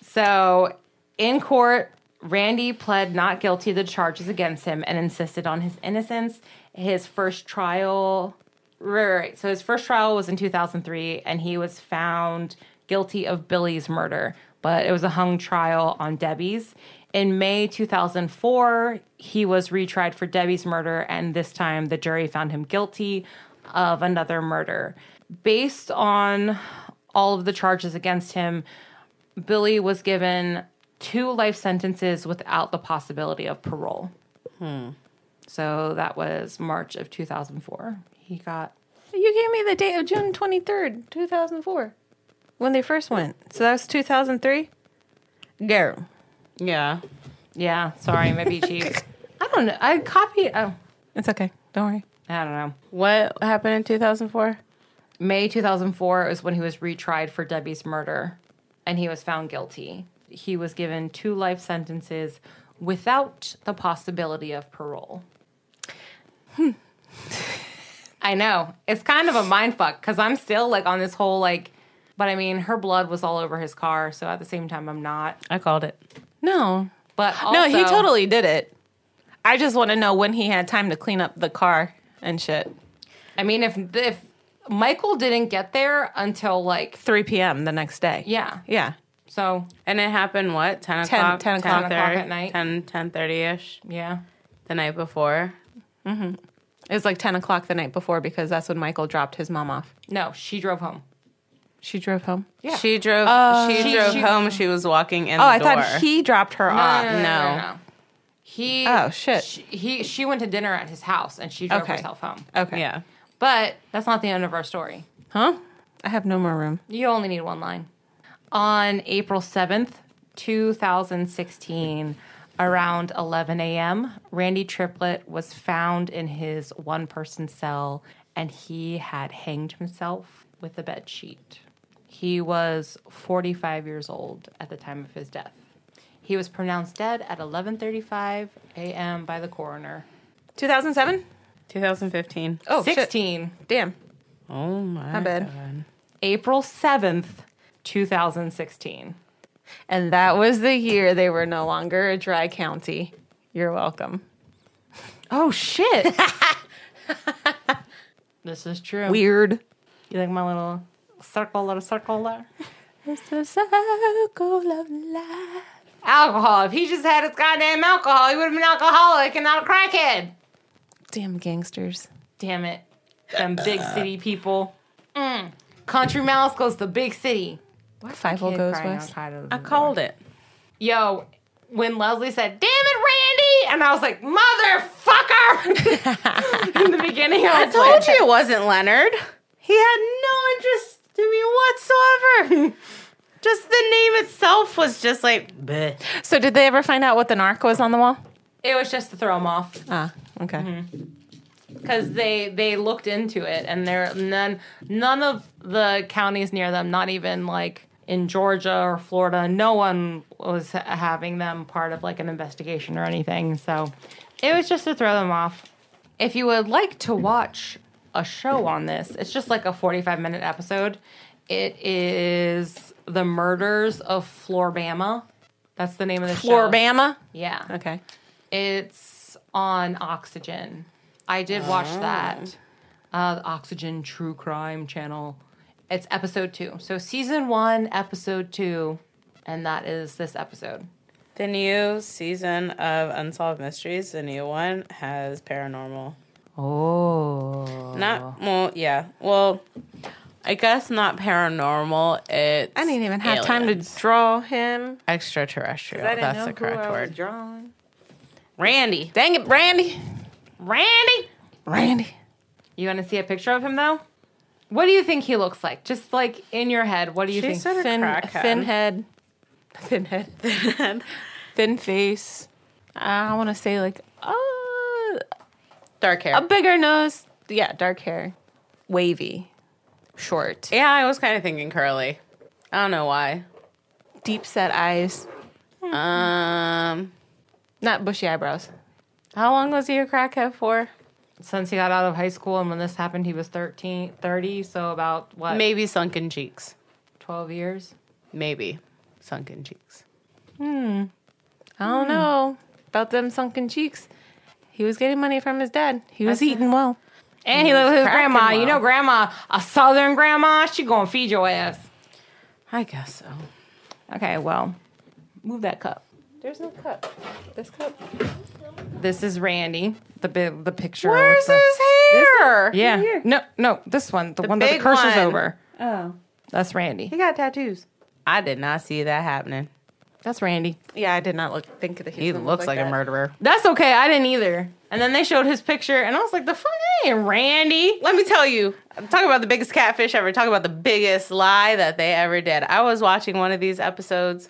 C: So in court, Randy pled not guilty to the charges against him and insisted on his innocence. His first trial, right, right, right. So his first trial was in 2003, and he was found guilty of Billy's murder, but it was a hung trial on Debbie's. In May 2004, he was retried for Debbie's murder, and this time the jury found him guilty of another murder. Based on all of the charges against him, Billy was given two life sentences without the possibility of parole.
F: Hmm.
C: So that was March of 2004. He got
F: You gave me the date of June 23rd, 2004, when they first went. So that was 2003? Girl.
I: Yeah.
C: yeah. Sorry, my cheap. I don't know. I copy. Oh,
F: It's okay. Don't worry.
C: I don't know.
B: What happened in 2004?
C: May 2004 is when he was retried for Debbie's murder, and he was found guilty. He was given two life sentences without the possibility of parole. Hmm. I know. It's kind of a mind fuck because I'm still like on this whole like, but I mean, her blood was all over his car, so at the same time, I'm not.
B: I called it.
F: No.
C: But also,
F: no, he totally did it. I just want to know when he had time to clean up the car and shit.
C: I mean, if if Michael didn't get there until like
F: 3 p.m. the next day.
C: yeah,
F: Yeah.
C: so
B: And it happened what? 10
F: 10
B: o'clock?
F: 10
C: o'clock.
B: 10
C: at night.
B: 10, 30 ish
C: yeah,
B: the night before.
F: It was like 10 o'clock the night before because that's when Michael dropped his mom off.
C: no, she drove home.
F: She drove home.
B: She drove. she, drove home. She was walking in
F: Uh, Oh,
B: the
F: I
B: door.
F: thought he dropped her off.
B: no.
C: He
F: Oh, shit.
C: She, he she went to dinner at his house and she drove
F: Okay.
C: herself home.
F: Okay.
B: Yeah.
C: But that's not the end of our story.
F: Huh? I have no more room.
C: You only need one line. On April 7th, 2016, around 11 a.m., Randy Triplett was found in his one person cell and he had hanged himself with a bed sheet. He was 45 years old at the time of his death. He was pronounced dead at 11:35 a.m. by the coroner.
F: 2007?
B: 2015.
F: Oh,
C: 16
F: Damn.
I: Oh my.
F: My bad.
C: April 7th, 2016.
F: And that was the year they were no longer a dry county. You're welcome.
C: Oh shit. this is true.
F: Weird.
C: you like my little circle, little circle there?
F: The circle of life.
C: Alcohol. If he just had his goddamn alcohol, he would have been alcoholic and not a crackhead.
F: Damn gangsters.
C: Damn it. Them big
F: Uh.
C: city people. Mm. Country mouse goes to big city.
F: Five
C: Kid
F: goes
C: crying
F: west.
C: outside of
B: I called it.
C: Yo, when Leslie said, damn it, Randy! And I was like, motherfucker! In the beginning, I
B: I
C: was like,
B: told you it wasn't Leonard. He had no interest in me whatsoever. just the name itself was just like. bleh.
F: So did they ever find out what the narc was on the wall?
C: it was just to throw him off.
F: Ah, okay.
C: because they they looked into it and there none none of the counties near them not even like in Georgia or Florida no one was ha- having them part of like an investigation or anything so it was just to throw them off if you would like to watch a show on this it's just like a 45 minute episode it is the murders of Floribama that's the name of the show
F: Floribama?
C: yeah
F: Okay.
C: it's on Oxygen. I did watch that. Uh, the Oxygen True Crime channel. It's episode two. So season one, episode two, and that is this episode.
I: The new season of Unsolved Mysteries, the new one, has paranormal.
C: Oh.
I: Not well, yeah. Well,
B: I guess not paranormal. It's
F: I didn't even have time to
B: aliens.
F: draw him.
B: extraterrestrial.
J: I didn't
B: That's
J: know
B: the
J: who
B: correct
J: I was
B: word.
J: Drawing.
B: Randy.
F: Dang it, Brandy.
C: Randy.
F: Randy.
C: You want to see a picture of him though? What do you think he looks like? Just like in your head, what do you
B: She
C: think?
B: said a
F: Thin,
B: crackhead.
F: thin head. Thin head. Thin head. thin face. I want to say like, uh,
B: Dark hair.
F: a bigger nose. Yeah, dark hair. Wavy. Short.
B: yeah, I was kind of thinking curly. I don't know why.
F: Deep set eyes.
B: Um,
F: Not bushy eyebrows.
B: how long was he a crackhead for?
C: Since he got out of high school and when this happened, he was 13, 30, so about what,
B: Maybe sunken cheeks.
C: 12 years?
B: Maybe sunken cheeks.
F: I
C: Hmm.
F: don't know about them sunken cheeks. He was getting money from his dad. He was eating well.
C: And he lived with his grandma. You know, grandma, a southern grandma, she gonna feed your ass.
B: I guess so.
C: Okay, well, move that cup.
J: There's no cup. This cup.
C: This is Randy. The bi- the picture.
B: Where's
C: with the-
B: his hair?
C: Yeah. No, no, this one, the, one that
B: big
C: the cursor's
B: one.
C: over.
J: Oh.
C: That's Randy.
J: He got tattoos.
B: I did not see that happening.
C: That's Randy.
F: Yeah, I did not look think that
B: He looks like, a murderer.
C: That's okay. I didn't either. And then they showed his picture, and I was like, the fuck, that ain't Randy.
B: Let me tell you, I'm talking about the biggest catfish ever. Talk about the biggest lie that they ever did. I was watching one of these episodes.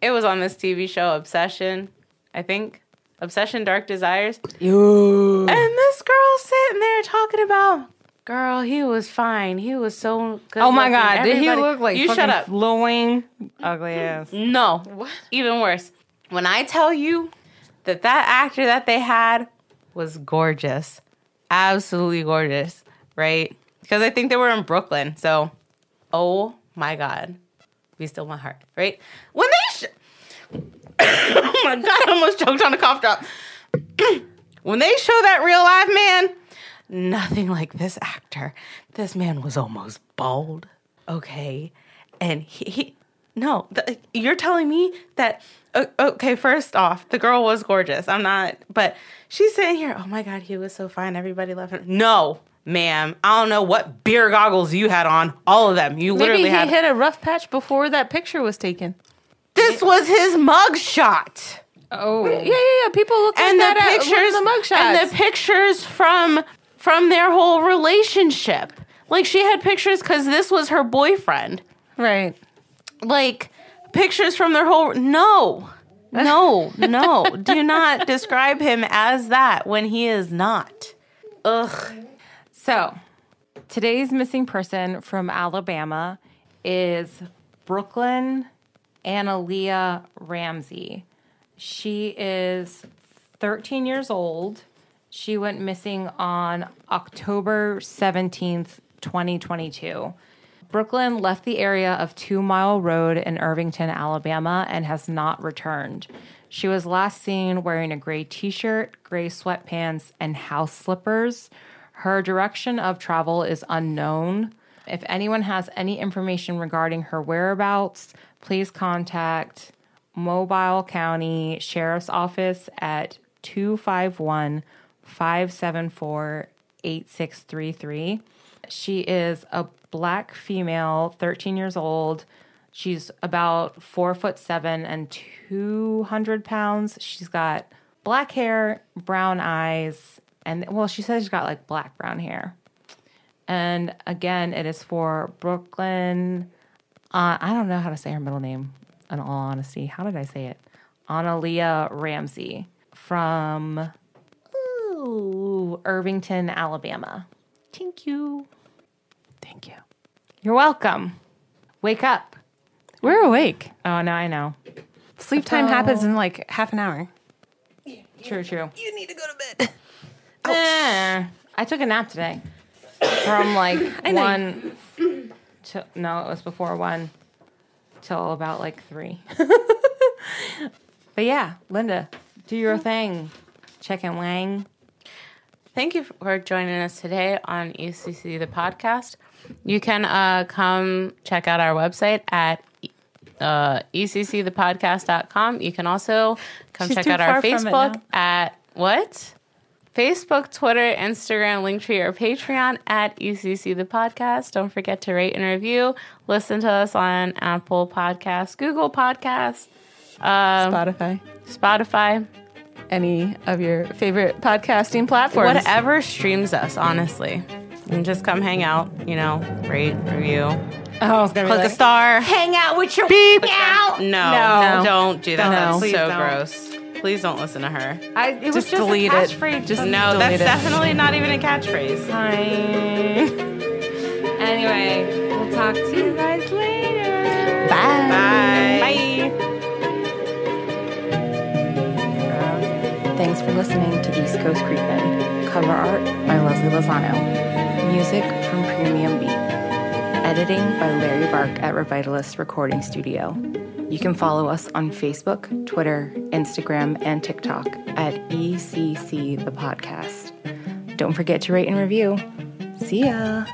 B: It was on this TV show, Obsession, I think. Obsession Dark Desires. And this girl sitting there talking about, girl, he was fine. He was so good.
C: Oh my god, did he
B: Everybody-
C: look like
B: you shut up?
C: Lil Wayne, ugly ass.
B: No. Even worse. When I tell you that that actor that they had was gorgeous, absolutely gorgeous, right? Because I think they were in Brooklyn. So, oh my God. Be still my heart, right? When they. Sh- oh my God, I almost choked on a cough drop. when they show that real live man, nothing like this actor. This man was almost bald. Okay. And he, he no, th- you're telling me that, o- okay, first off, the girl was gorgeous. I'm not, but she's sitting here, oh my God, he was so fine. Everybody loved him. No, ma'am. I don't know what beer goggles you had on. All of them. You
F: Maybe
B: literally
F: he
B: had.
F: hit a rough patch before that picture was taken.
B: this was his mug shot.
C: Oh.
F: Yeah, yeah, yeah. People look like
B: and the
F: that at- with
B: pictures
F: the mugshots.
B: and the pictures from from their whole relationship. Like she had pictures because this was her boyfriend.
F: right.
B: Like pictures from their whole no. No, no. Do not describe him as that when he is not. Ugh.
C: So, today's missing person from Alabama is Brooklyn Analia Ramsey. She is 13 years old. She went missing on October 17th, 2022. Brooklyn left the area of Two Mile Road in Irvington, Alabama, and has not returned. She was last seen wearing a gray t shirt, gray sweatpants, and house slippers. Her direction of travel is unknown. If anyone has any information regarding her whereabouts, please contact Mobile County Sheriff's Office at 251 574 8633. She is a black female, 13 years old. She's about four foot seven and 200 pounds. She's got black hair, brown eyes, and well, she says she's got like black brown hair. And again, it is for Brooklyn. Uh, I don't know how to say her middle name, in all honesty. How did I say it? Analia Ramsey from ooh, Irvington, Alabama. Thank you. Thank you. You're welcome. Wake up.
F: We're awake.
C: Oh, no, I know.
F: Sleep time happens in like half an hour.
C: True, true. You need to go to bed. I took a nap today from like one to no, it was before one till about like three. but yeah, Linda, do your thing. Check and Wang.
B: Thank you for joining us today on ECC the podcast. You can uh, come check out our website at uh, eccthepodcast.com. You can also come
F: She's
B: check
F: too
B: out our
F: far from it
B: Facebook at what? Facebook, Twitter, Instagram, Linktree, or Patreon at ECC the podcast. Don't forget to rate and review. Listen to us on Apple Podcasts, Google Podcasts, um,
F: Spotify,
B: Spotify,
F: any of your favorite podcasting platforms.
B: whatever streams us, honestly. And just come hang out, you know, rate, review,
C: Oh, I was gonna
B: click a star.
C: hang out with your
B: Beep.
C: out.
B: No, no, don't do that.
C: Don't.
B: That's
C: Please
B: so
C: don't.
B: gross. Please don't listen to her.
C: I, it was
F: Just
C: just
F: delete
C: a
F: it.
C: catchphrase.
F: Just
B: No, that's
F: delete it.
B: definitely not even a catchphrase.
C: Fine. anyway, we'll talk to you guys later.
B: Bye. Bye.
A: Thanks for listening to East Coast Creepin'. Cover art by Leslie Lozano. Music from Premium Beat. Editing by Larry Bark at Revitalist Recording Studio. You can follow us on Facebook, Twitter, Instagram, and TikTok at E ECC the podcast. Don't forget to rate and review. See ya.